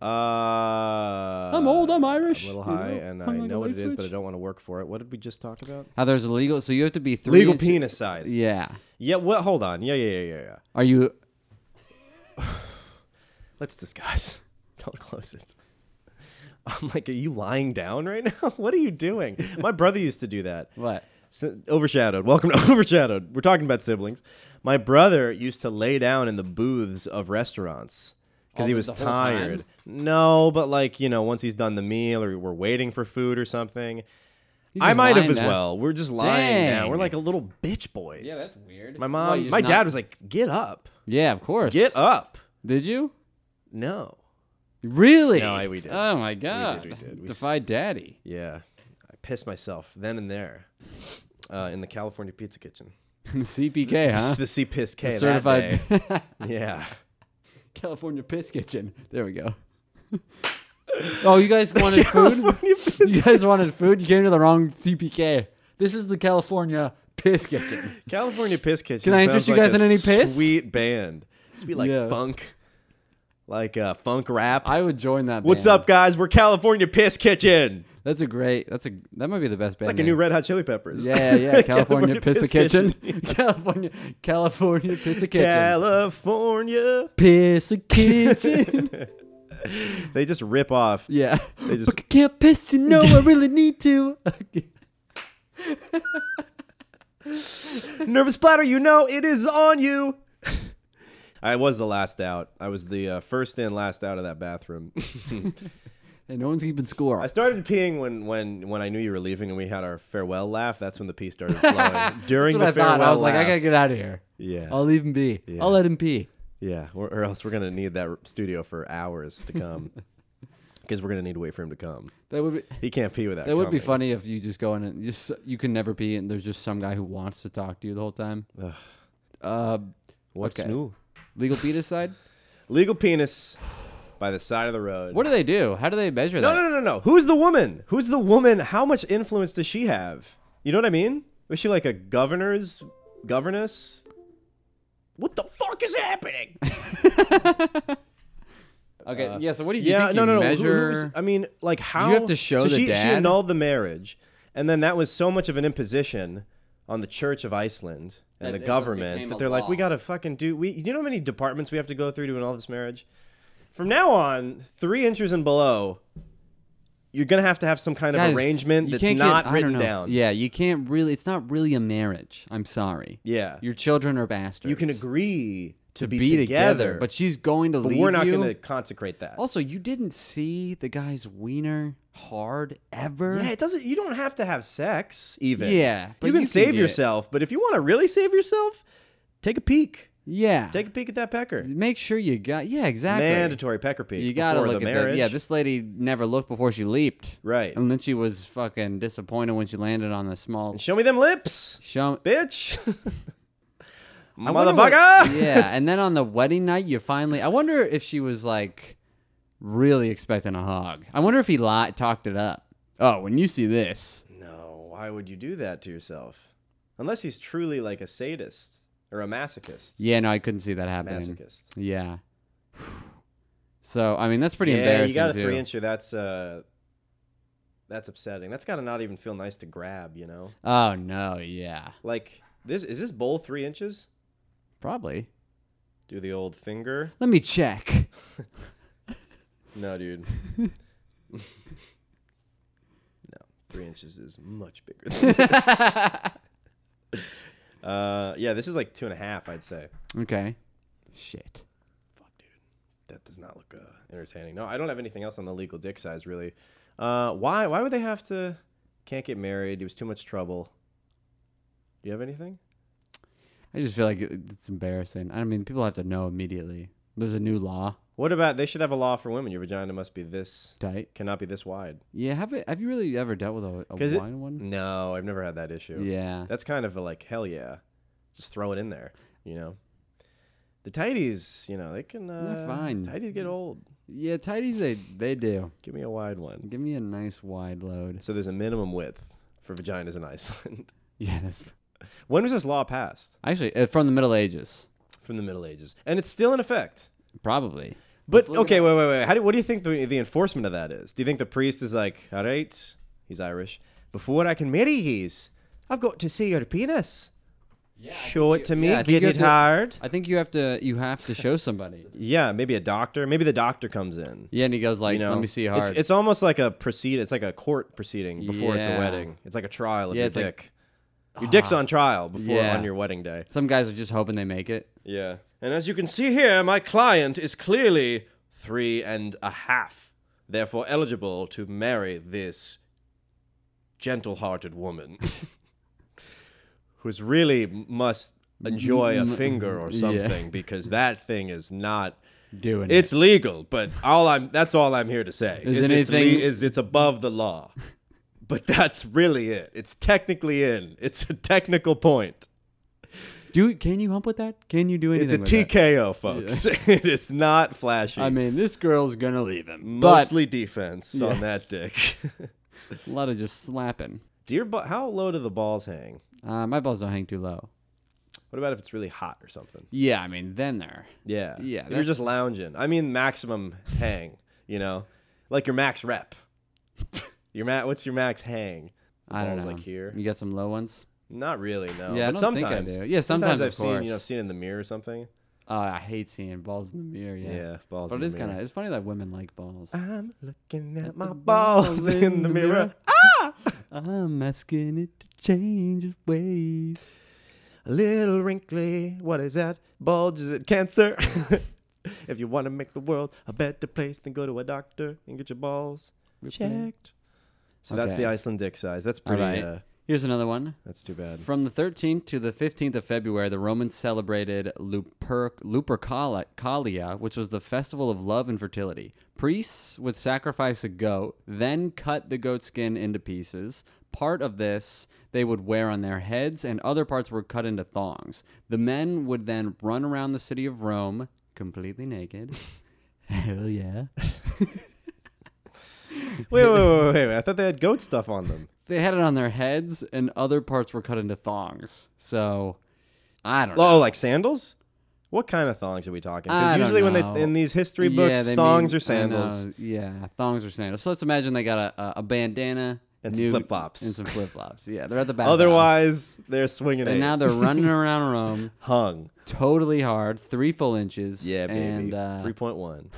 Uh,
I'm old. I'm Irish.
a little
you
high, and
I'm
I
like a
know what it
light
is, but I
switch.
don't want to work for it. What did we just talk about?
How there's a legal, so you have to be three.
Legal
inch-
penis size. Yeah.
Yeah.
What? Hold on. Yeah. Yeah. Yeah. Yeah. yeah.
Are you?
Let's discuss. [LAUGHS] Don't close it. I'm like, are you lying down right now? [LAUGHS] What are you doing? My brother used to do that.
What?
S- overshadowed. Welcome to [LAUGHS] Overshadowed. We're talking about siblings. My brother used to lay down in the booths of restaurants because he
All
was
the- the whole time?
tired. No, but like you know, once he's done the meal or we're waiting for food or something,
He's
I
just
might have
lying
as
now.
well. We're just lying now.
Dang.
We're like a little bitch boys.
Yeah, that's weird.
My
Why,
mom,
you just
my
not-
dad was like, "Get up,
Yeah, of course.
get up."
Did you?
No.
Really?
No, I- we did.
Oh my god.
we did. We s-
Defy daddy. [LAUGHS]
Yeah, I pissed myself then and there uh, in the California Pizza Kitchen. [LAUGHS]
CPK, huh?
The C piss K that
[LAUGHS] Certified
day.
[LAUGHS]
yeah.
California Piss Kitchen. There we go. [LAUGHS] oh, you guys [LAUGHS] wanted food? [LAUGHS] You guys wanted food? You came to the wrong CPK. This is the California Piss Kitchen.
California Piss Kitchen.
Can I interest
sounds
you
like
guys
a
in any piss?
Sweet band. Sweet like
Yeah.
funk, like uh, funk rap.
I would join that.
What's
band.
up, guys? We're California Piss Kitchen.
That's a great. That's a. That might be the best band.
Like a new
name.
Red Hot Chili Peppers.
Yeah, [LAUGHS]
[LAUGHS]
yeah. California,
California
Piss
Piss
Kitchen. [LAUGHS] California, California Piss Kitchen.
California.
Piss Kitchen.
[LAUGHS] They just rip off.
[LAUGHS] yeah.
They
But
just
I can't piss, you know.
[LAUGHS]
I really need to. [LAUGHS]
nervous bladder. You know it is on you. I was the last out. I was the uh, first in, last out of that bathroom.
and no one's keeping score.
I started peeing when when when I knew you were leaving, and we had our farewell laugh. That's when the pee
[LAUGHS]
started flowing. During
That's what
the
I
farewell
thought. I was
laugh,
like, I gotta get out of here.
Yeah.
I'll leave him be. I'll let him be.
Yeah, or, or else we're gonna need that r- studio for hours to
[LAUGHS]
come, because we're gonna need to wait for him to come.
That would be.
He can't pee without.
That would be
coming.
funny if you just go in and just you can never be and there's just some guy who wants to talk to you the whole time. Uh,
What's
Okay.
new?
legal penis side.
Legal penis by the side of the road.
What do they do? How do they measure
No,
that?
no, no, no, no. Who's the woman? Who's the woman? How much influence does she have? You know what I mean? Was she like a governor's governess? What the fuck is happening?
Okay, yeah. So what do you,
uh, yeah,
think
no, no,
you
no. Who- who
measure?
was- I mean, like how
have to show
so
the
she, she
dad?
annulled the marriage, and then that was so much of an imposition on the Church of Iceland and
That
the
it
government
became
that
a
they're like,
law.
we gotta fucking do. We, you know how many departments we have to go through to annul this marriage? From now on, three inches and below, you're gonna have to have some kind
Guys,
of arrangement
you
that's
can't get-
not
I don't
written
know.
down.
Yeah, you can't really. It's not really a marriage. I'm sorry.
Yeah.
your children are bastards.
you can agree to,
to
be, together,
but she's going to
but
leave
we're not
you.
gonna consecrate that.
Also, you didn't see the guy's wiener hard ever.
Yeah, it doesn't. You don't have to have sex even.
Yeah, but
you can
you can
save
do it.
yourself. But if you want to really save yourself, take a peek.
Yeah.
Take a peek at that pecker.
Make sure you got. Yeah, exactly.
Mandatory pecker peek.
You gotta
before
look
the
at
marriage.
that. Yeah, this lady never looked before she leaped.
Right.
And then she was fucking disappointed when she landed on the small
Show me them lips,
show.
bitch. [LAUGHS]
[LAUGHS] I wonder what-
Motherfucker.
[LAUGHS] yeah, and then on the wedding night, you finally. I wonder if she was like really expecting a hog. I wonder if he lied, talked it up. Oh, when you see this,
No, why would you do that to yourself? Unless he's truly like a sadist or a masochist.
yeah, no, I couldn't see that happening.
Masochist.
Yeah. So I mean, that's pretty
yeah,
embarrassing
you got a
too.
three incher. That's uh, that's upsetting. That's gotta not even feel nice to grab. You know,
oh no, yeah.
like This is this bowl three inches?
Probably.
Do the old finger?
Let me check.
No, dude. no, three inches is much bigger than this. uh, yeah, this is like two and a half, I'd say.
Okay. Shit.
That does not look uh, entertaining. No, I don't have anything else on the legal dick size, really. Uh, why? Why would they have to? Can't get married. It was too much trouble. Do you have anything?
I just feel like it- it's embarrassing. I mean, people have to know immediately. There's a new law.
What about they should have a law for women? Your vagina must be this,
Tight.
cannot be this wide.
Yeah. Have it, Have you really ever dealt with a, a
'Cause it- Mm,
wine one?
No, I've never had that issue.
Yeah.
That's kind of a like, hell yeah. Just throw it in there, you know? The tidies, you know, they can. Uh,
They're fine. Mm.
Tidies get old.
Yeah. Tidies. They They do.
Give me a wide one.
Give me a nice wide load. [LAUGHS]
So there's a minimum width for vaginas in [LAUGHS] Iceland.
Yeah. That's
when was this law passed?
actually uh, from the Middle Ages.
From the Middle Ages. And it's still in effect.
Probably.
But okay, wait, wait, wait. How do, what do you think the, the enforcement of that is? Do you think the priest is like, all right, he's Irish. Before I can marry yees, I've got to see your penis. Show it to me.
yeah, I think
get
you
it
have to-
hard.
I think you have to. You have to
[LAUGHS]
show somebody.
Yeah, maybe a doctor. Maybe the doctor comes in.
Yeah. And he goes like,
You know,
"Let me see
It's,
hard."
it's almost like a proceed. It's like a court proceeding before it's a
Yeah.
wedding. It's like a trial of
Yeah,
your
it's like- Ah.
dick. your dick's on trial before
Yeah.
on your wedding day.
Some guys are just hoping they make it.
Yeah, and as you can see here, my client is clearly three and a half, therefore eligible to marry this gentle-hearted woman, [LAUGHS] who's really must enjoy a finger or something because that thing is not.
Doing
It's legal, but all I'm that's all I'm here to say.
Is
Is, it's, le-
anything-
is it's above the
[LAUGHS]
law. But that's really it. It's technically in. It's a technical point.
Do can you hump with that? Can you do
It's
anything?
a TKO, folks. [LAUGHS] it is not flashy.
I mean, this girl's gonna leave him.
Mostly defense on that dick. [LAUGHS]
but a lot of just slapping.
Do your bu- how low do the balls hang?
Uh, my balls don't hang too low.
What about if it's really hot or something?
Yeah, I mean, then they're
Yeah.
Yeah,
If you're
that's-
just lounging. I mean maximum hang, you know? Like your max rep. [LAUGHS] your ma- what's your max hang?
I don't
Balls
know.
like here.
You got some low ones?
Not really, no.
Yeah, I
but
don't think I
sometimes,
do. Yeah, sometimes,
I've
of
seen, you know,
course.
seen in the mirror or something.
Uh, I hate seeing balls in the mirror. Yeah.
Yeah, balls.
But
in
it
the
is kind of
mirror.
it's funny that women like balls.
I'm looking at my balls in the mirror.
I'm asking it to change its ways.
A little wrinkly. What is that? Bulge? Is it cancer? [LAUGHS] if you want to make the world a better place, then go to a doctor and get your balls checked. So that's
Okay.
the Iceland dick size. That's pretty.
right.
Uh,
Here's another one.
that's too bad.
From the 13th to the 15th of February, the Romans celebrated Luper- Lupercalia, which was the festival of love and fertility. Priests would sacrifice a goat, then cut the goat skin into pieces. Part of this they would wear on their heads, and other parts were cut into thongs. The men would then run around the city of Rome completely naked. Hell yeah.
Wait, wait, wait, wait, wait. I thought they had goat stuff on them.
They had it on their heads, and other parts were cut into thongs. So, I don't know.
Oh, like sandals? What kind of thongs are we talking?
I
Because
don't
usually
know.
when they in these history books,
they
thongs
mean-
or sandals.
I know, Yeah, thongs or sandals. So let's imagine they got a, a, a bandana
And some
nude-
flip-flops.
and some flip flops. Yeah, they're at the back.
Otherwise, they're swinging
uh, and
eight.
now
[LAUGHS]
they're running around Rome,
hung.
totally hard, three full inches.
Yeah, baby.
And uh,
Three point one.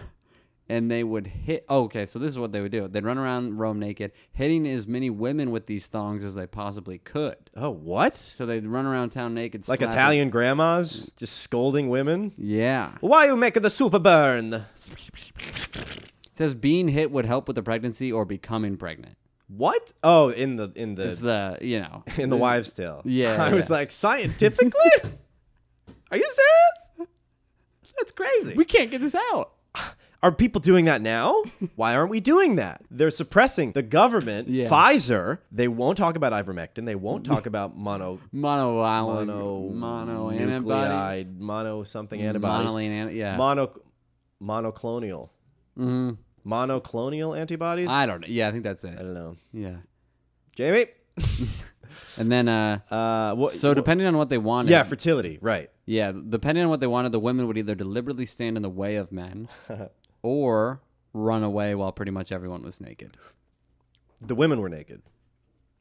and they would hit. Oh, okay, so this is what they would do. They'd run around Rome naked, hitting as many women with these thongs as they possibly could.
Oh, what?
So they'd run around town naked,
Like
slapping-
Italian grandmas just scolding women.
Yeah,
Why you making the super burn?
it says being hit would help with the pregnancy or becoming pregnant.
What? Oh, in the in the
It's the
[LAUGHS]
you know
in the wives' tale.
Yeah,
I was
yeah.
like, scientifically?
[LAUGHS]
Are you serious? That's crazy.
we can't get this out.
Are people doing that now? Why aren't we doing that? They're suppressing the government,
Yeah.
Pfizer. They won't talk about ivermectin. They won't talk about
[LAUGHS]
mono
Mono island,
mono
mono antibodies.
nucleide, mono something antibodies.
Monoline anti- yeah.
mono monoclonal monoclonal antibodies I,
Mm-hmm. I don't know. Yeah, I think that's it.
don't know
Yeah.
jamie
And then uh
uh what
so depending on what they wanted.
yeah fertility right
yeah, depending on what they wanted, the women would either deliberately stand in the way of
[LAUGHS]
men or run away while pretty much everyone was naked.
the women were naked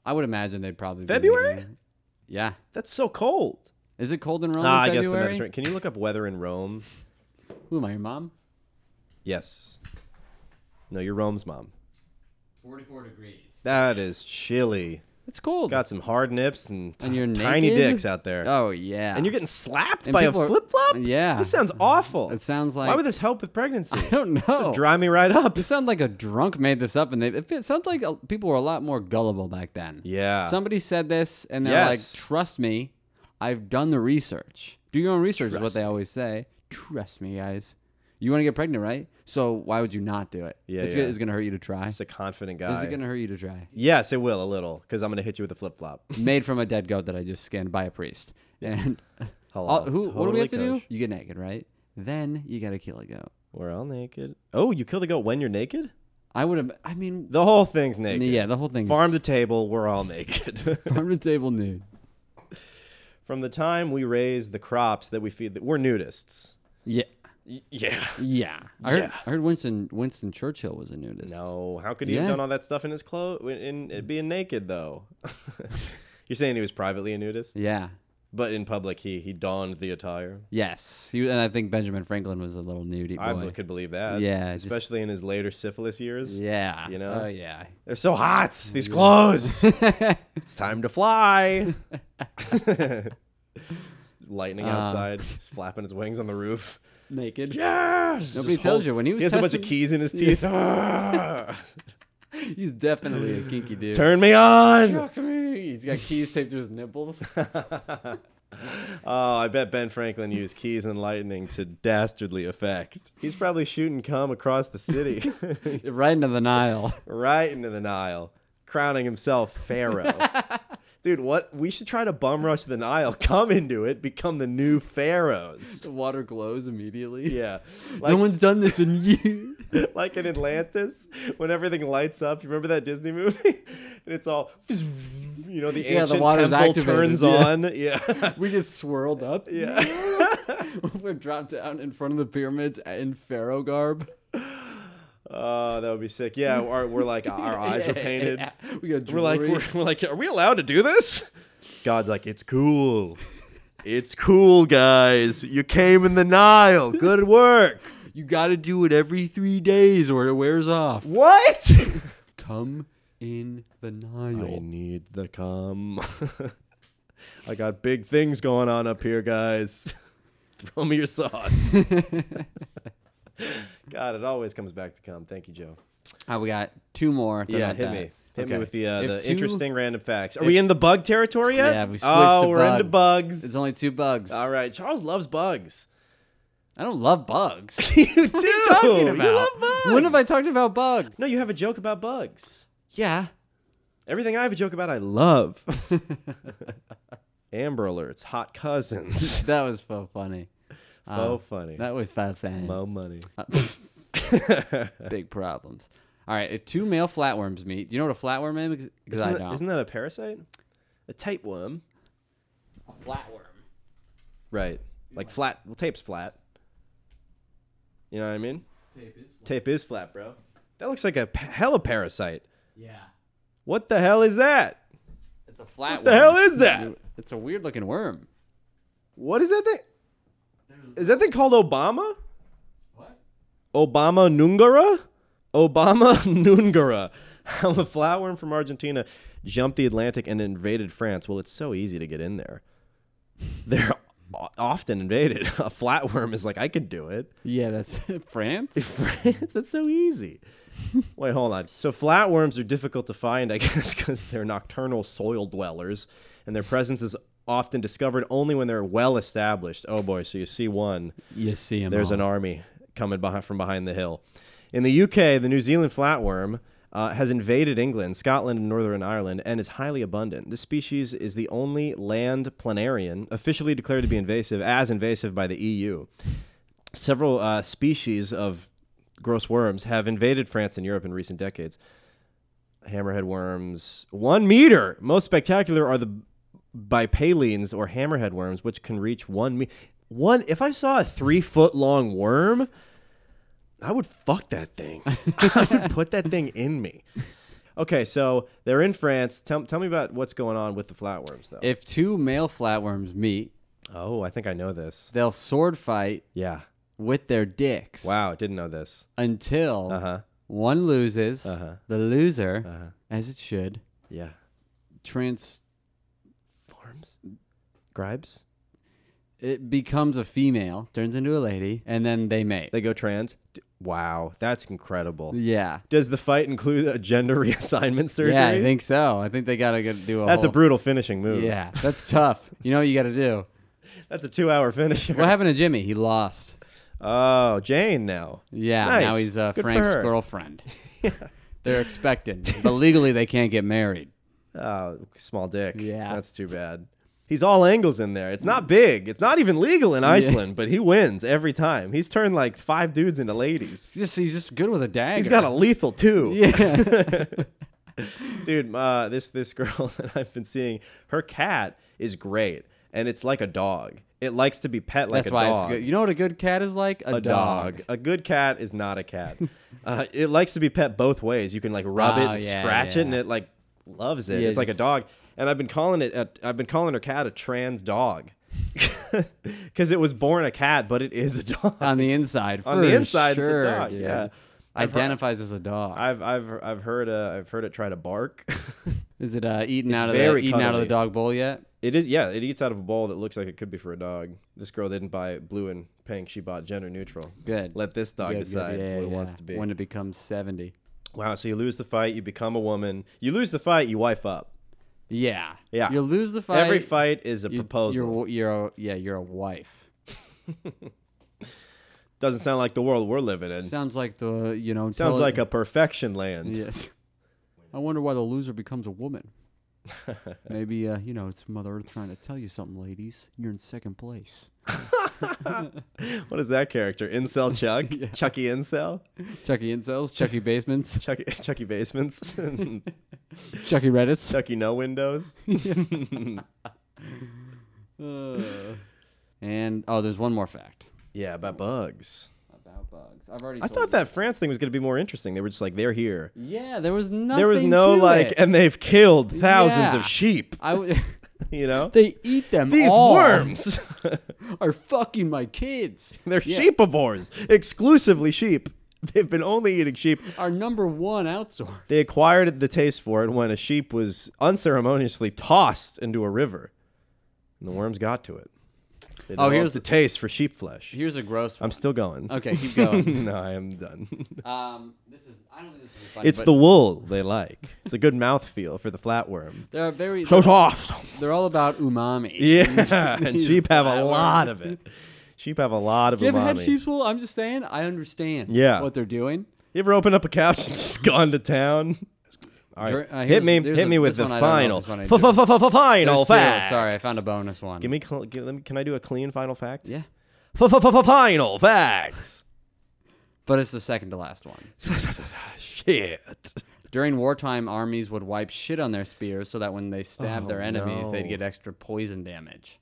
I would imagine they'd probably be
February?
naked. Yeah.
That's so cold.
Is it cold in Rome?
Ah,
in
I guess the
February?
Mediterranean. Can you look up weather in Rome?
Who am I, your mom?
Yes. No, you're Rome's mom.
44 degrees.
That is chilly.
It's cold.
Got some hard nips and,
And you're
tiny
naked?
dicks out there.
oh, yeah.
And you're getting slapped
And
by a
people are-
flip flop?
Yeah.
This sounds awful.
It sounds like- Oh.
Why would this help with
[LAUGHS]
pregnancy?
[LAUGHS] I don't know.
Dry me right up.
You sound like a drunk made this up, and they, it fe- sounds like uh, people were a lot more gullible back then.
Yeah.
Somebody said this, and they're
Yes.
like, "Trust me, I've done the research. Do your own research," is what they always say. Trust me, guys. You want to get pregnant, right? So why would you not do it?
Yeah,
it's,
yeah.
Gonna, it's gonna hurt you to try.
Just a confident
Is
guy.
it gonna hurt you to try?
Yes, it will a little because I'm gonna hit you with a flip
[LAUGHS]
flop.
Made from a dead goat that I just skinned by
[LAUGHS]
a priest. And
Hello.
all, Uh, who? what do we
Totally
have to do?
kosher.
You get naked, right? Then you gotta kill a goat.
We're all naked. Oh, you kill the goat when you're naked?
I would have. I mean,
The whole thing's naked.
yeah, the whole thing.
Farm to table, we're all [LAUGHS] naked.
[LAUGHS] farm to table nude.
From the time we raise the crops that we feed, the, we're nudists.
Yeah.
Y- yeah.
Yeah. I heard,
Yeah.
I heard Winston Winston Churchill was a nudist.
No, how could he
Yeah.
have done all that stuff in his clothes, in, in being naked though? [LAUGHS] you're saying he was privately a nudist,
Yeah.
but in public he he donned the attire.
Yes. He, and I think Benjamin Franklin was a little nudie boy.
I b- could believe that.
Yeah, just-
especially in his later syphilis years.
yeah.
you know?
Oh yeah.
They're so hot, these
[LAUGHS]
clothes. it's time to fly. it's lightning
Uh.
outside. He's flapping his wings on the roof.
Naked.
Yes!
Nobody
Just
tells
hold-
you when he was
He has a bunch of
testing-
keys
[LAUGHS]
in his teeth. [LAUGHS] Ah!
He's definitely a kinky dude.
Turn me on.
[LAUGHS] Fuck me. He's got keys taped to
[LAUGHS]
his nipples. [LAUGHS]
Oh, I bet Ben Franklin used keys and lightning to dastardly effect. He's probably shooting cum across the city, [LAUGHS]
right into the Nile.
right into the Nile, crowning himself pharaoh. Dude, what? We should try to bum rush the Nile, come into it, become the new pharaohs.
The water glows immediately.
Yeah.
no
Like,
one's done this in years.
[LAUGHS] like in Atlantis, when everything lights up. You remember that Disney movie? [LAUGHS] And it's all, you know, the
Yeah, the
ancient
water's
temple
activated,
turns
yeah.
on. [LAUGHS] Yeah.
we get swirled up. [LAUGHS]
yeah. [LAUGHS]
We're dropped down in front of the pyramids in pharaoh garb.
Oh, that would be sick. Yeah, our, we're like, our eyes are painted.
[LAUGHS] Yeah. We got
We're like,
jewelry.
we're, we're like, are we allowed to do this? God's like, it's cool. It's cool, guys. You came in the Nile. Good work.
You gotta do it every three days or it wears off.
What?
Come in the
I
Nile.
need the cum. [LAUGHS] I got big things going on up here, guys. [LAUGHS] Throw me your [LAUGHS] sauce. God, it always comes back to cum. Thank you, Joe.
we got two more. Then
Yeah,
I'm
hit
done.
me. Hit
Okay.
me with the uh,
If
the
two-
interesting random facts. Are we in the bug territory yet?
Yeah, we switched
Oh,
to
we're into
bug.
bugs.
It's only two bugs.
All right, Charles loves bugs.
I don't
[LAUGHS]
love bugs.
you do. What
Talking about.
Oh, You love bugs.
When have I talked about bugs?
No, you have a joke about bugs.
[LAUGHS] Yeah.
Everything I have a joke about, I love. [LAUGHS] Amber alerts, hot cousins. [LAUGHS]
That was so funny.
so funny.
That was fun funny.
Mo money.
Big problems. All right. If two male flatworms meet, do you know what a flatworm is? Because I
Isn't,
don't.
that, isn't that a parasite? A tapeworm.
a flatworm.
Right. Like flat. Well, tape's flat. You know what I mean? Tape is flat, bro. That looks like a p- hella parasite.
Yeah.
What the hell is that?
It's a flatworm.
The hell is that?
It's a weird looking worm.
What is that thing? Is that thing called Obama?
What?
Obama Nungara? Obama [LAUGHS] Nungara. How a flatworm from Argentina jumped the Atlantic and invaded France. Well, it's so easy to get in there. They're [LAUGHS] o- often invaded. A flatworm is like, I can do it.
Yeah, that's [LAUGHS] France.
[LAUGHS] France, that's so easy. Wait, hold on. So flatworms are difficult to find, I [LAUGHS] guess, because they're nocturnal soil dwellers, and their presence is often discovered only when they're well established. Oh boy, so you see one.
You see him.
There's an army coming behind, from behind the hill. In the UK, the New Zealand flatworm uh, has invaded England, Scotland, and Northern Ireland, and is highly abundant. This species is the only land planarian officially declared to be invasive, as invasive by the EU. Several uh, species of gross worms have invaded France and Europe in recent decades. Hammerhead worms, one meter. Most spectacular are the bipalines or hammerhead worms, which can reach one me- one. If I saw a three foot long worm, [LAUGHS] I would fuck that thing. I would put that thing in me. Okay, so they're in France. Tell, tell me about what's going on with the flatworms, though.
If two male flatworms meet,
oh, I think I know this.
they'll sword fight
Yeah.
with their dicks.
Wow, didn't know this.
Until
Uh huh.
one loses,
Uh-huh.
the loser, as it should,
Yeah.
trans
Forms? Gribes?
it becomes a female, turns into a lady, and then they mate.
They go trans? D- Wow, that's incredible.
yeah.
Does the fight include a gender [LAUGHS] reassignment surgery?
Yeah, I think so. I think they gotta go do a.
that's a
whole-
brutal finishing move.
Yeah, that's tough. You know what you gotta do.
That's a two hour finisher.
What happened to Jimmy? He lost.
[LAUGHS] Oh, Jane now.
Yeah, now
Nice.
he's uh,
Good for
Frank's
her. [LAUGHS]
girlfriend. They're expected, but legally they can't get married.
Oh, small dick.
Yeah.
That's too bad. He's all angles in there. It's not big. It's not even legal in Iceland, but he wins every time. He's turned like five dudes into ladies.
He's just, he's just good with a dagger.
He's got a lethal too.
yeah.
[LAUGHS]
[LAUGHS]
Dude, uh, this this girl [LAUGHS] that I've been seeing, her cat is great, and it's like a dog. It likes to be pet like
That's
a
why
dog.
it's good. You know what a good cat is like? A,
a dog. A good cat is not a
[LAUGHS]
cat. uh, it likes to be pet both ways. You can like rub it
Oh,
and
yeah,
scratch
yeah.
it, and it like loves it.
Yeah,
it's like a
just-
dog. And I've been calling it. A, I've been calling her cat a trans dog, [LAUGHS] because it was born a cat, but it is a [LAUGHS] dog.
on the inside.
On the
for
inside, it's a
sure,
dog,
dude.
yeah. I've heard-
Identifies as a dog.
I've I've I've heard uh, I've heard it try to bark. [LAUGHS]
is it uh, eating
It's
out of the
very
eating out of the
cuddly.
dog bowl yet?
It is, yeah. It eats out of a bowl that looks like it could be for a dog. This girl didn't buy blue and pink; she bought gender neutral.
Good.
Let this dog
Good, good,
decide
yeah,
what it
yeah.
wants to be.
When it becomes seventy.
wow! So you lose the fight, you become a woman. You lose the fight, you wife up.
Yeah.
Yeah.
You lose the fight.
Every fight is a
you-
proposal.
You're, you're a, yeah, you're a wife.
Doesn't sound like the world we're living in. Sounds,
Sounds like the you know. tele-
like a perfection land.
[LAUGHS] Yes. I wonder why the loser becomes
[LAUGHS]
a woman. Maybe uh, you know it's Mother Earth trying to tell you something, ladies. You're in second place.
What is that character?
[LAUGHS]
Incel Chuck, Chucky Incel,
Chucky incels, Chucky basements,
Chucky, [LAUGHS] Chucky Basements, [LAUGHS]
Chucky Reddits.
Chucky No Windows.
Uh. And oh, there's one more fact
Yeah, about bugs.
about bugs. I've already.
I thought that France thing was going to be more interesting. They were just like, they're here.
Yeah, there was nothing.
There was no
to
like,
it.
and they've killed thousands
Yeah.
of sheep.
I w- [LAUGHS]
You know,
they eat them.
these
all
worms, [LAUGHS]
are fucking my kids.
they're
Yeah.
sheepivores, exclusively sheep. They've been only eating sheep.
Our number one outsource.
They acquired the taste for it when a sheep was unceremoniously tossed into a river, and the worms got to it. They
Oh, here's
developed the taste for sheep flesh.
Here's a gross one.
I'm still going.
Okay, keep going.
[LAUGHS] no, I am
[LAUGHS]
done.
um, this is. I don't think this is funny.
it's
but
the wool they like. It's a good mouthfeel for the flatworm.
They are very.
So soft.
They're all about umami. [LAUGHS]
Yeah, and
These
sheep have a
flowers.
lot of it. Sheep have a lot of
You ever
umami.
had sheep's wool? I'm just saying. I understand.
Yeah.
What they're doing.
You ever open up a couch and [LAUGHS] just gone to town? All right,
Dur- uh,
hit
here's-
me,
there's
hit
a-
me with
this
the
one I don't know if
final,
this one I
F-
do.
f- f- f- final
There's two.
fact.
Sorry, I found a bonus one.
Give me, cl- give, let me, can I do a clean final fact?
Yeah.
F- f- f- final
[LAUGHS]
facts.
But it's the second to last one.
Shit.
During wartime, armies would wipe shit on their spears so that when they stabbed their enemies, they'd
Oh, no.
get extra poison damage.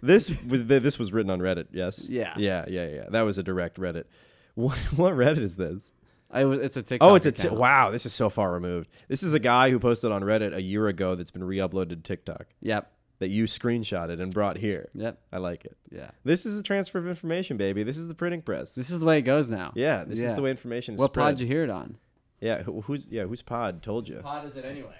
This was th- this was written on Reddit. Yes.
Yeah.
Yeah. Yeah. Yeah. That was a direct Reddit. [LAUGHS] What what Reddit is this?
I was, it's a TikTok.
Oh, it's a t-
account.
wow. This is so far removed. This is a guy who posted on Reddit a year ago that's been re-uploaded to TikTok
Yep.
that you screenshotted and brought here.
Yep.
I like it.
Yeah.
This is the transfer of information, baby. This is the printing press.
This is the way it goes now.
yeah, this
Yeah.
is the way information is
What
spread.
pod did you hear it on?
yeah, who, who's yeah, who's pod told you?
Pod is it anyway?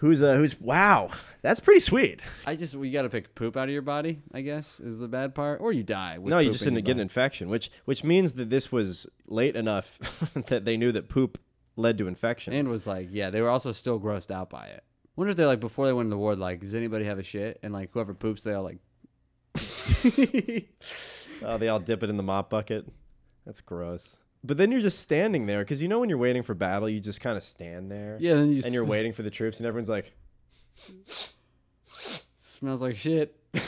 Who's uh who's wow. That's pretty sweet.
I just we got to pick poop out of your body. I guess is the bad part, or you die. With
No, you
poop
just
in
didn't
your
get an
body.
infection, which which means that this was late enough [LAUGHS] that they knew that poop led to infections.
And was like, yeah, they were also still grossed out by it. Wonder if they're like before they went to the war, like, does anybody have a shit? And like whoever poops, they all like,
Oh, they all dip it in the mop bucket. That's gross. But then you're just standing there because you know when you're waiting for battle, you just kind of stand there.
yeah. Then you
And you're waiting for the troops, and everyone's like,
smells like shit.
"I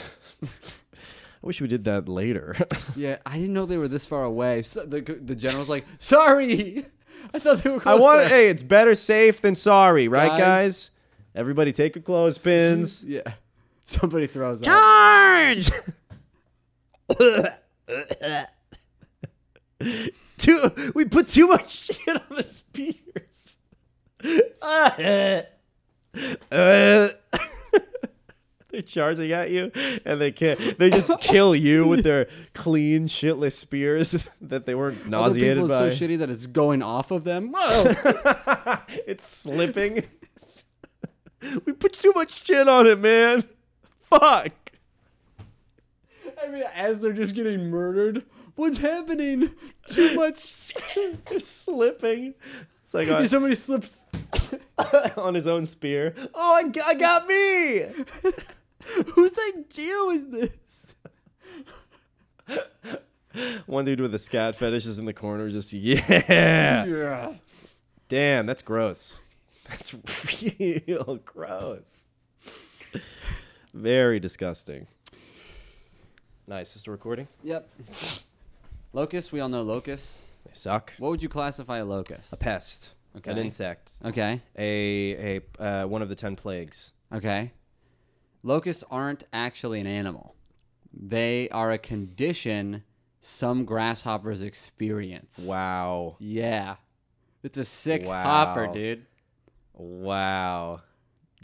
wish we did that later."
Yeah, I didn't know they were this far away. So the the general's like, sorry, [LAUGHS] I thought they
[LAUGHS]
were.
I [LAUGHS]
Closer.
want. Hey, it's better safe than sorry, right,
Guys.
guys? Everybody, take your clothespins.
Yeah. Somebody throws up.
Charge! too. We put too much [LAUGHS] shit on the spear. [LAUGHS] They're charging at you, and they can They just kill you with their clean, shitless spears [LAUGHS] that they weren't
Other
nauseated
people,
by.
it's so shitty that it's going off of them. [LAUGHS] Whoa.
[LAUGHS] It's slipping. [LAUGHS] we put too much shit on it, man. Fuck. [LAUGHS]
I mean, as they're just getting murdered, what's happening? Too [LAUGHS] much.
They're slipping. It's like on,
Somebody slips.
[COUGHS] on his own spear. Oh, I got, I got me.
[LAUGHS] Whose idea is this?
[LAUGHS] One dude with a scat fetish is in the corner, just yeah.
Yeah.
Damn, that's gross. That's real gross. Very disgusting. Nice. Is the recording?
Yep. Locust. We all know locusts.
They suck.
What would you classify a locust?
Pest. An
Okay.
insect.
Okay.
A a uh, one of the ten plagues.
Okay. Locusts aren't actually an animal. They are a condition some grasshoppers experience.
Wow.
Yeah. It's a sick hopper,
Wow.
dude.
Wow.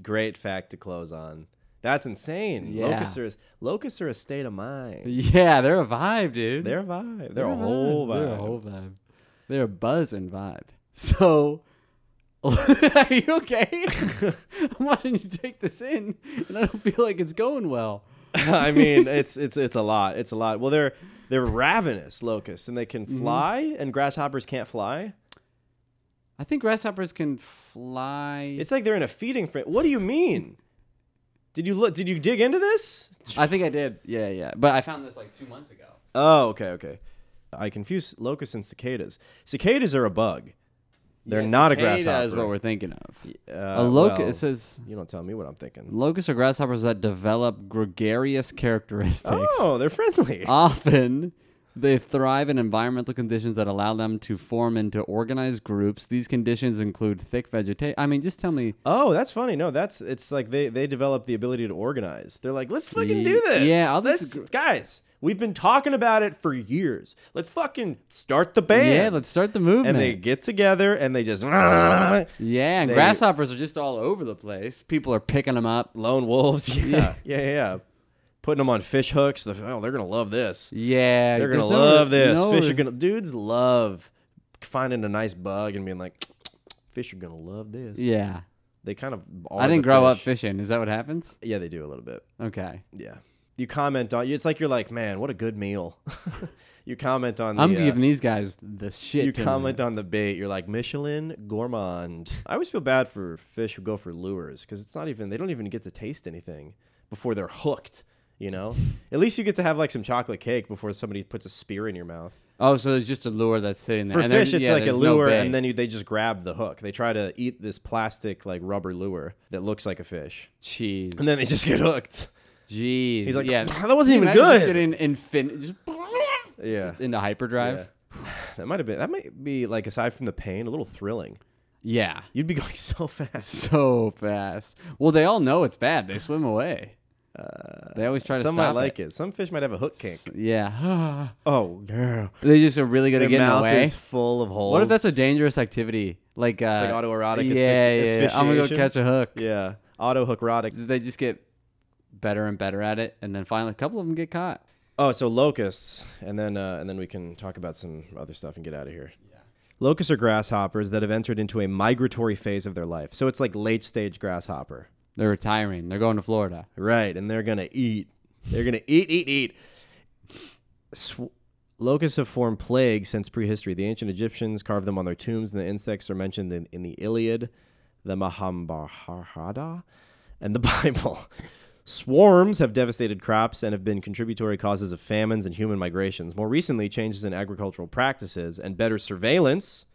Great fact to close on. That's insane.
Yeah.
Locusts are locusts are a state of mind.
Yeah, they're a vibe, dude.
They're a vibe. They're a whole
They're a
[LAUGHS] vibe.
whole vibe. They're a buzz and vibe. [LAUGHS] So, are you okay? [LAUGHS] I'm watching you take this in, and I don't feel like it's going well.
I mean, it's it's it's a lot. It's a lot. Well, they're they're ravenous locusts, and they can
Mm-hmm.
fly, and grasshoppers can't fly.
I think grasshoppers can fly.
It's like they're in a feeding frame. What do you mean? Did you look? Did you dig into this?
I think I did. Yeah, yeah. But I found this like two months ago.
Oh, okay, okay. I confuse locusts and cicadas. Cicadas are a bug. They're not a
Cicada
grasshopper.
is what we're thinking of.
Uh,
a locust.
well,
it says
you don't tell me what I'm thinking.
locusts are grasshoppers that develop gregarious characteristics.
Oh, they're friendly.
Often, they thrive in environmental conditions that allow them to form into organized groups. These conditions include thick vegetation. I mean, just tell me.
oh, that's funny. No, that's it's like they they develop the ability to organize. They're like, let's fucking do this.
Yeah, I'll
let's
disagree-
guys. We've been talking about it for years. Let's fucking start the band.
Yeah, let's start the movement.
And they get together and they just
[LAUGHS]
lone
yeah, and
they-
grasshoppers are just all over the place. People are picking them up.
wolves. [LAUGHS] Yeah, yeah, yeah. yeah. Putting them on fish hooks. They're, oh, they're gonna love this.
Yeah,
They're
there's
gonna
no-
love this.
no-
Fish are gonna. Dudes love finding a nice bug and being like, fish are gonna love this.
Yeah,
They kind of. Are
I
the
didn't grow up
fish.
fishing. Is that what happens?
Yeah, they do a little bit.
Okay,
Yeah. You comment on. It's like you're like, man, what a good meal. [LAUGHS] you comment on. The,
I'm
uh,
giving these guys the shit.
You
tonight.
comment on the bait. You're like Michelin gourmand. I always feel bad for fish who go for lures because it's not even. They don't even get to taste anything before they're hooked. You know. At least you get to have like some chocolate cake before somebody puts a spear in your mouth.
Oh, so there's just a lure that's sitting there.
For
and there-
fish, it's
yeah,
like a
there's no
lure,
bait.
and then you, they just grab the hook. They try to eat this plastic like rubber lure that looks like a fish,
Jeez.
and then they just get hooked. [LAUGHS]
Jeez.
He's like,
yeah.
"That wasn't even
Can you imagine
good."
Just getting infin- just [LAUGHS]
Yeah,
into hyperdrive.
that might have been. That might be like aside from the pain, a little thrilling.
Yeah. [LAUGHS]
You'd be [LAUGHS] going so fast.
So fast. Well, they all know it's bad. They swim away. they always try to
Uh, Some
stop
might like it. Some fish might have a hook kick.
Yeah.
[LAUGHS]
[LAUGHS]
Oh yeah,
they just are really good
their
at getting
mouth
away.
is full of holes.
What if that's a dangerous activity? Like, uh,
like autoerotic asphy-
Yeah, yeah, yeah. I'm gonna go
asphyxiation.
catch a hook.
yeah auto hook erotic?
They just get better and better at it, and then finally, a couple of them get caught.
Oh, so locusts, and then uh, and then we can talk about some other stuff and get out of here. Locusts are grasshoppers that have entered into a migratory phase of their life. So it's like late stage grasshopper.
They're retiring. They're going to Florida.
Right, and they're gonna eat. They're gonna eat, eat, eat. Sw- locusts have formed plagues since prehistory. The ancient Egyptians carved them on their tombs, and the insects are mentioned in, in the Iliad, the Mahabharata, and the [LAUGHS] Bible. Swarms have devastated crops and have been contributory causes of famines and human migrations. More recently, changes in agricultural practices and better surveillance,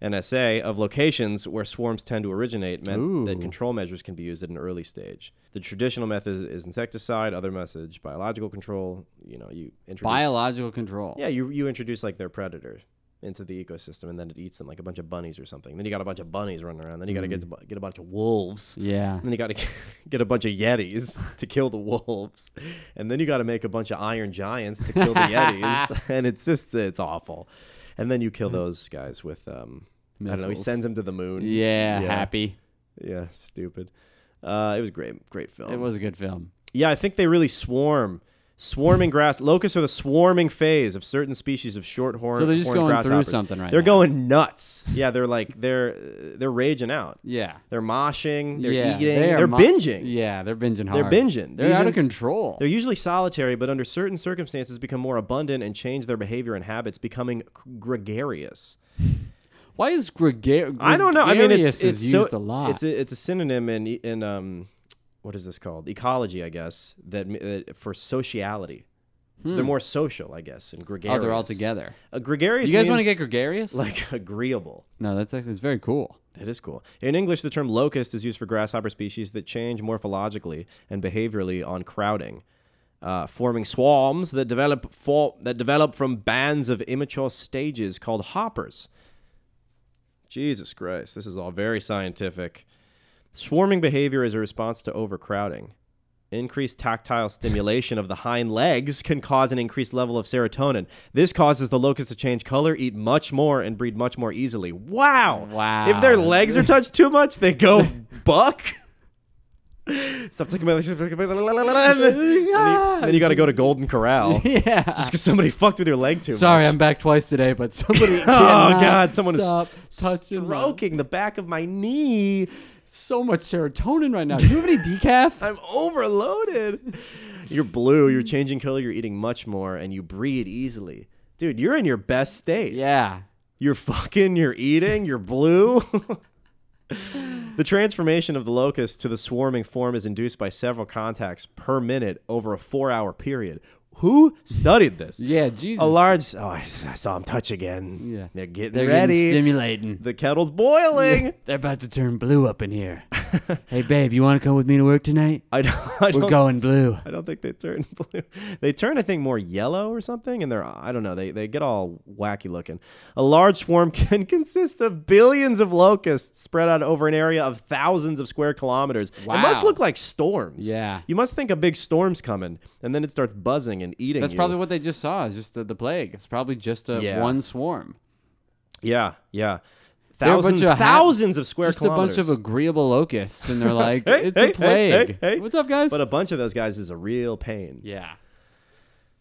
NSA, of locations where swarms tend to originate meant that control measures can be used at an early stage. The traditional method is insecticide, other message, biological control. You know, you introduce.
Biological control.
Yeah, you you introduce like their predator into the ecosystem, and then it eats them like a bunch of bunnies or something. Then you got a bunch of bunnies running around. Then you got to get the, bu- get a bunch of wolves.
Yeah.
And then you got to [LAUGHS] get a bunch of yetis to kill the wolves, and then you got to make a bunch of iron giants to kill the yetis. and it's just it's awful. And then you kill those guys with um I don't know. He
Missiles.
sends him to the moon. Yeah.
Yeah, happy.
Yeah, stupid. Uh, it was a great, great film.
It was a good film.
Yeah, I think they really swarm.
[LAUGHS]
Swarming grass locusts are the swarming phase of certain species of short horn.
So they're just
horned
going through
grasshoppers.
something right
They're
now.
going nuts. Yeah, they're like they're they're raging out.
Yeah.
They're moshing. They're
yeah,
eating.
they
They
are
are
mo-
binging.
Yeah, they're binging hard.
They're binging.
They're
These
out of
ins-
control.
They're usually solitary, but under certain circumstances become more abundant and change their behavior and habits, becoming c- gregarious.
Why is gregar- gregarious?
I don't know. I mean, it's it's
is
so,
used a lot. Oh,
It's a, it's a synonym in e- in um, what is this called? Ecology, I guess. That m- uh, for sociality, so they're more social, I guess, and
Hmm. oh,
gregarious.
they're all together.
A gregarious.
You guys want
want
to get
[LAUGHS]
gregarious?
like agreeable?
no, that's actually it's very
[LAUGHS]
cool.
That is cool. In English, the term locust is used for grasshopper species that change morphologically and behaviorally on crowding, uh, forming swarms that develop for, that develop from bands of immature stages called hoppers. Jesus Christ, this is all very scientific. Swarming behavior is a response to overcrowding. Increased tactile stimulation of the hind legs can cause an increased level of serotonin. This causes the locust to change color, eat much more, and breed much more easily. Wow.
Wow.
If their legs are touched too much, they go buck. Stop taking my legs. Stop taking my and then you- then you got to go to Golden Corral.
[LAUGHS] Yeah.
Just because somebody fucked with your leg too much.
Sorry, I'm back twice today,
[LAUGHS]
but somebody. oh
Oh God! Someone is
stop touching my-
stroking the back of my knee.
so much serotonin right now. Do you have
[LAUGHS]
any decaf?
I'm overloaded. You're blue. You're changing color. You're eating much more, and you breed easily. Dude, you're in your best state.
yeah.
You're fucking. You're eating. You're blue. [LAUGHS] the transformation of the locust to the swarming form is induced by several contacts per minute over a four-hour period. Who studied this?
Yeah. Jesus.
A large. Oh, I s- I saw him touch again.
Yeah.
They're getting
They're getting
ready.
stimulating.
the kettle's boiling.
They're about to turn blue up in here. hey, babe, you want to come with me to work tonight?
[LAUGHS] I don't. I
We're
don't
going blue.
I don't think they turn [LAUGHS] blue. They turn, I think, more yellow or something, and they're I don't know. They they get all wacky looking. A large swarm [LAUGHS] can consist of billions of locusts spread out over an area of thousands of square kilometers. It must
Wow.
look like storms.
Yeah.
you must think a big storm's coming, and then it starts buzzing and eating.
That's
you.
probably what they just saw. Is just the, the plague. It's probably just a
Yeah.
one swarm.
yeah, yeah.
There are a bunch
Thousands,
of ha-
thousands of square
Just
kilometers.
a bunch of agreeable
[LAUGHS]
locusts, and they're like,
Hey,
"It's
hey,
a
hey,
plague."
hey, hey.
What's up, guys?
but a bunch of those guys is a real pain.
yeah.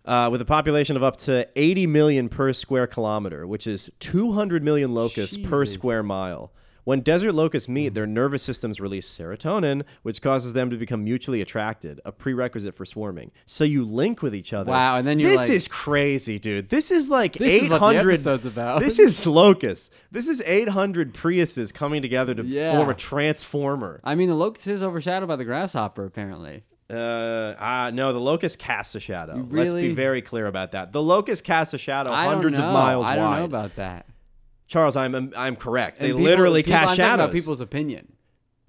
uh, with a population of up to 80 million per square kilometer, which is 200 million locusts per
Jesus.
square mile. When desert locusts meet, their nervous systems release serotonin, which causes them to become mutually attracted, a prerequisite for swarming. So you link with each other.
Wow, and then you're
this
like-
is crazy, dude. This is like
This is what the
800.
episode's about.
This is locusts. This is 800 Priuses coming together to
Yeah.
form a transformer.
I mean, the locust is overshadowed by the grasshopper, apparently.
Uh, uh, no, the locust casts a shadow. Let's be
Really?
very clear about that. The locust casts a shadow
I don't
Oh, hundreds
know.
of miles
I
wide.
don't know about that.
Charles, I'm I'm, I'm correct. They
And people-
literally
people,
cast
I'm talking
shadows.
about people's opinion.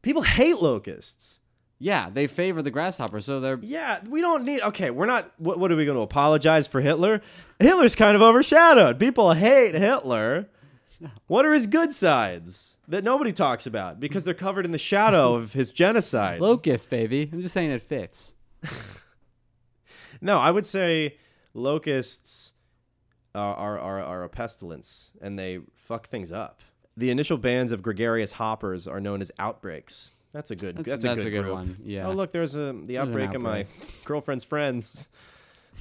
people hate locusts.
Yeah, they favor the grasshopper, so they're
Yeah, we don't need. Okay, we're not. What, what are we going to apologize for Hitler? Hitler's kind of overshadowed. People hate Hitler. What are his good sides that nobody talks about because they're covered in the shadow of his genocide?
locust, baby. I'm just saying it fits.
No, I would say locusts are, are, are, are a pestilence and they fuck things up. The initial bands of gregarious hoppers are known as outbreaks. That's a good. That's,
That's-
a
that's
good,
a good
group.
one, yeah.
Oh look, there's a the
an
outbreak of my [LAUGHS]
outbreak.
girlfriend's friends.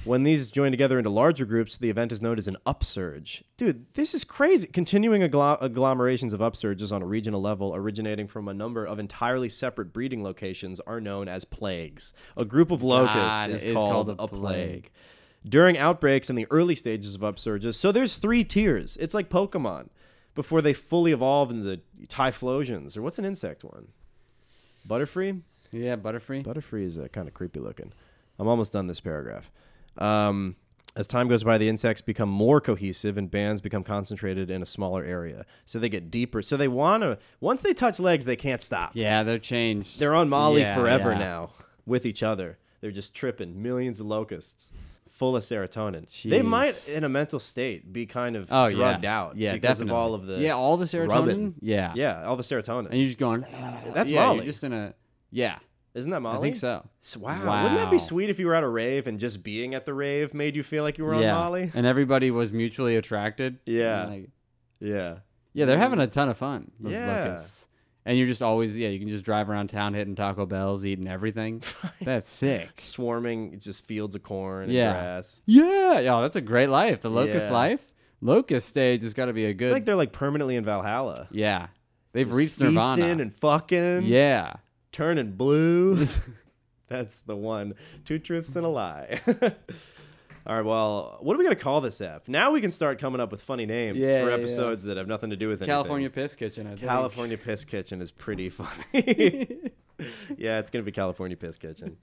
When these join together into larger groups, the event is known as an upsurge. Dude, this is crazy. Continuing agglo- agglomerations of upsurges on a regional level, originating from a number of entirely separate breeding locations, are known as plagues. A group of locusts
God,
is,
it is
called, a plague. During outbreaks in the early stages of upsurges, so there's three tiers. It's like Pokemon before they fully evolve into Typhlosions or what's an insect one? Butterfree.
Yeah, Butterfree.
Butterfree is uh, kind of creepy looking. I'm almost done this paragraph. Um, as time goes by, the insects become more cohesive and bands become concentrated in a smaller area. So they get deeper. So they want to, once they touch legs, they can't stop.
yeah, they're changed.
They're on Molly
Yeah,
forever
yeah.
now with each other. They're just tripping millions of locusts full of serotonin. They might,
Jeez.
in a mental state, be kind of
oh,
drugged
yeah.
out
Yeah,
because
definitely.
of all of the.
yeah, all the serotonin.
rubbing.
Yeah,
Yeah, all the serotonin.
and you're just going.
That's
yeah,
Molly.
You're just in a yeah.
Isn't that Molly?
I think so.
S- Wow. Wouldn't that
Wow.
be sweet if you were at a rave and just being at the rave made you feel like you were on
yeah,
Molly?
and everybody was mutually attracted.
Yeah.
And like,
[LAUGHS] Yeah.
Yeah, they're having a ton of fun. Those
Yeah.
locusts. And you're just always yeah, you can just drive around town hitting Taco Bells, eating
[LAUGHS]
everything. That's sick.
swarming just fields of corn and
Yeah.
grass.
Yeah, yeah, that's a great life. The locust
Yeah.
life, locust stage has got to be a good.
It's like they're like permanently in Valhalla.
yeah, they've reached
Feasting
nirvana.
and fucking,
yeah,
turning
[LAUGHS]
blue. [LAUGHS] That's the one. Two truths and a lie. [LAUGHS] All right, well, what are we going to call this app? Now we can start coming up with funny names
Yeah,
for
yeah,
episodes that have nothing to do with anything.
California Piss Kitchen. I think.
California Piss Kitchen is
[LAUGHS]
pretty funny. [LAUGHS] yeah, it's going to be California Piss Kitchen.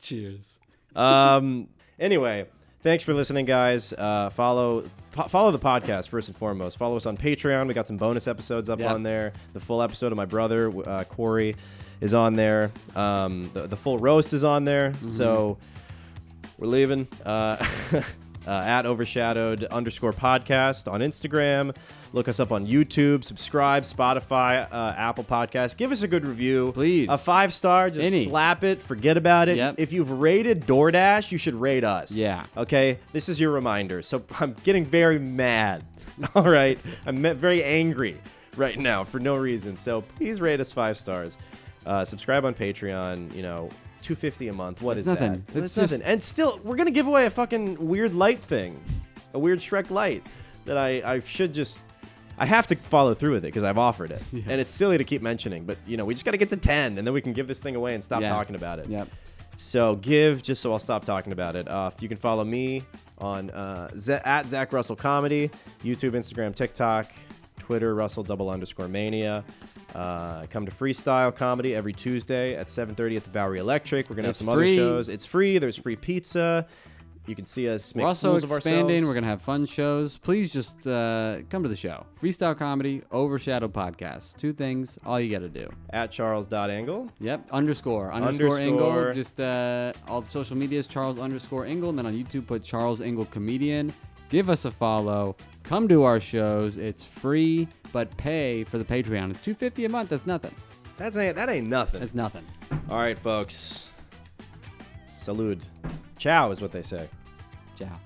Cheers.
um anyway thanks for listening guys uh follow po- follow the podcast first and foremost follow us on patreon we got some bonus episodes up
Yep.
on there the full episode of my brother uh, corey is on there um the, the full roast is on there
Mm-hmm.
so we're leaving uh [LAUGHS] Uh, at overshadowed underscore podcast on Instagram. Look us up on YouTube. Subscribe, Spotify, uh, Apple Podcast. Give us a good review.
Please.
A five star. Just
Any.
slap it. Forget about it.
Yep.
If you've rated DoorDash, you should rate us.
Yeah.
Okay. This is your reminder. So [LAUGHS] I'm getting very mad. [LAUGHS] All right. I'm me- very angry right now for no reason. So please rate us five stars. Uh, subscribe on Patreon. You know, two fifty a month. What
It's
is
nothing.
that?
It's
It's
just-
nothing. And still, we're gonna give away a fucking weird light thing, a weird Shrek light that I I should just. I have to follow through with it because I've offered
[LAUGHS]
it, and it's silly to keep mentioning. But you know, we just got to get to ten, and then we can give this thing away and stop
Yeah.
talking about it.
Yep.
So give, just so I'll stop talking about it. Uh, you can follow me on uh, Z- at Zach Russell Comedy, YouTube, Instagram, TikTok, Twitter, Russell double underscore mania. Uh, come to Freestyle Comedy every Tuesday at 7.30 at the Bowery Electric. We're going to have
It's
some
free.
other shows. It's free. There's free pizza. You can see us make
We're also
fools of ourselves.
expanding. We're gonna have fun shows. Please just uh, come to the show. Freestyle comedy, overshadow podcast. Two things. All you gotta do.
at charles.angle.
Yep. Underscore.
Underscore.
Underscore, Engel. Just uh, all the social media is Charles underscore Engel. And then on YouTube, put Charles Engel comedian. Give us a follow. Come to our shows. It's free, but pay for the Patreon. It's two fifty a month. That's nothing.
That's ain't, that ain't nothing.
That's nothing.
All right, folks. Salud. Ciao is what they say.
Ciao.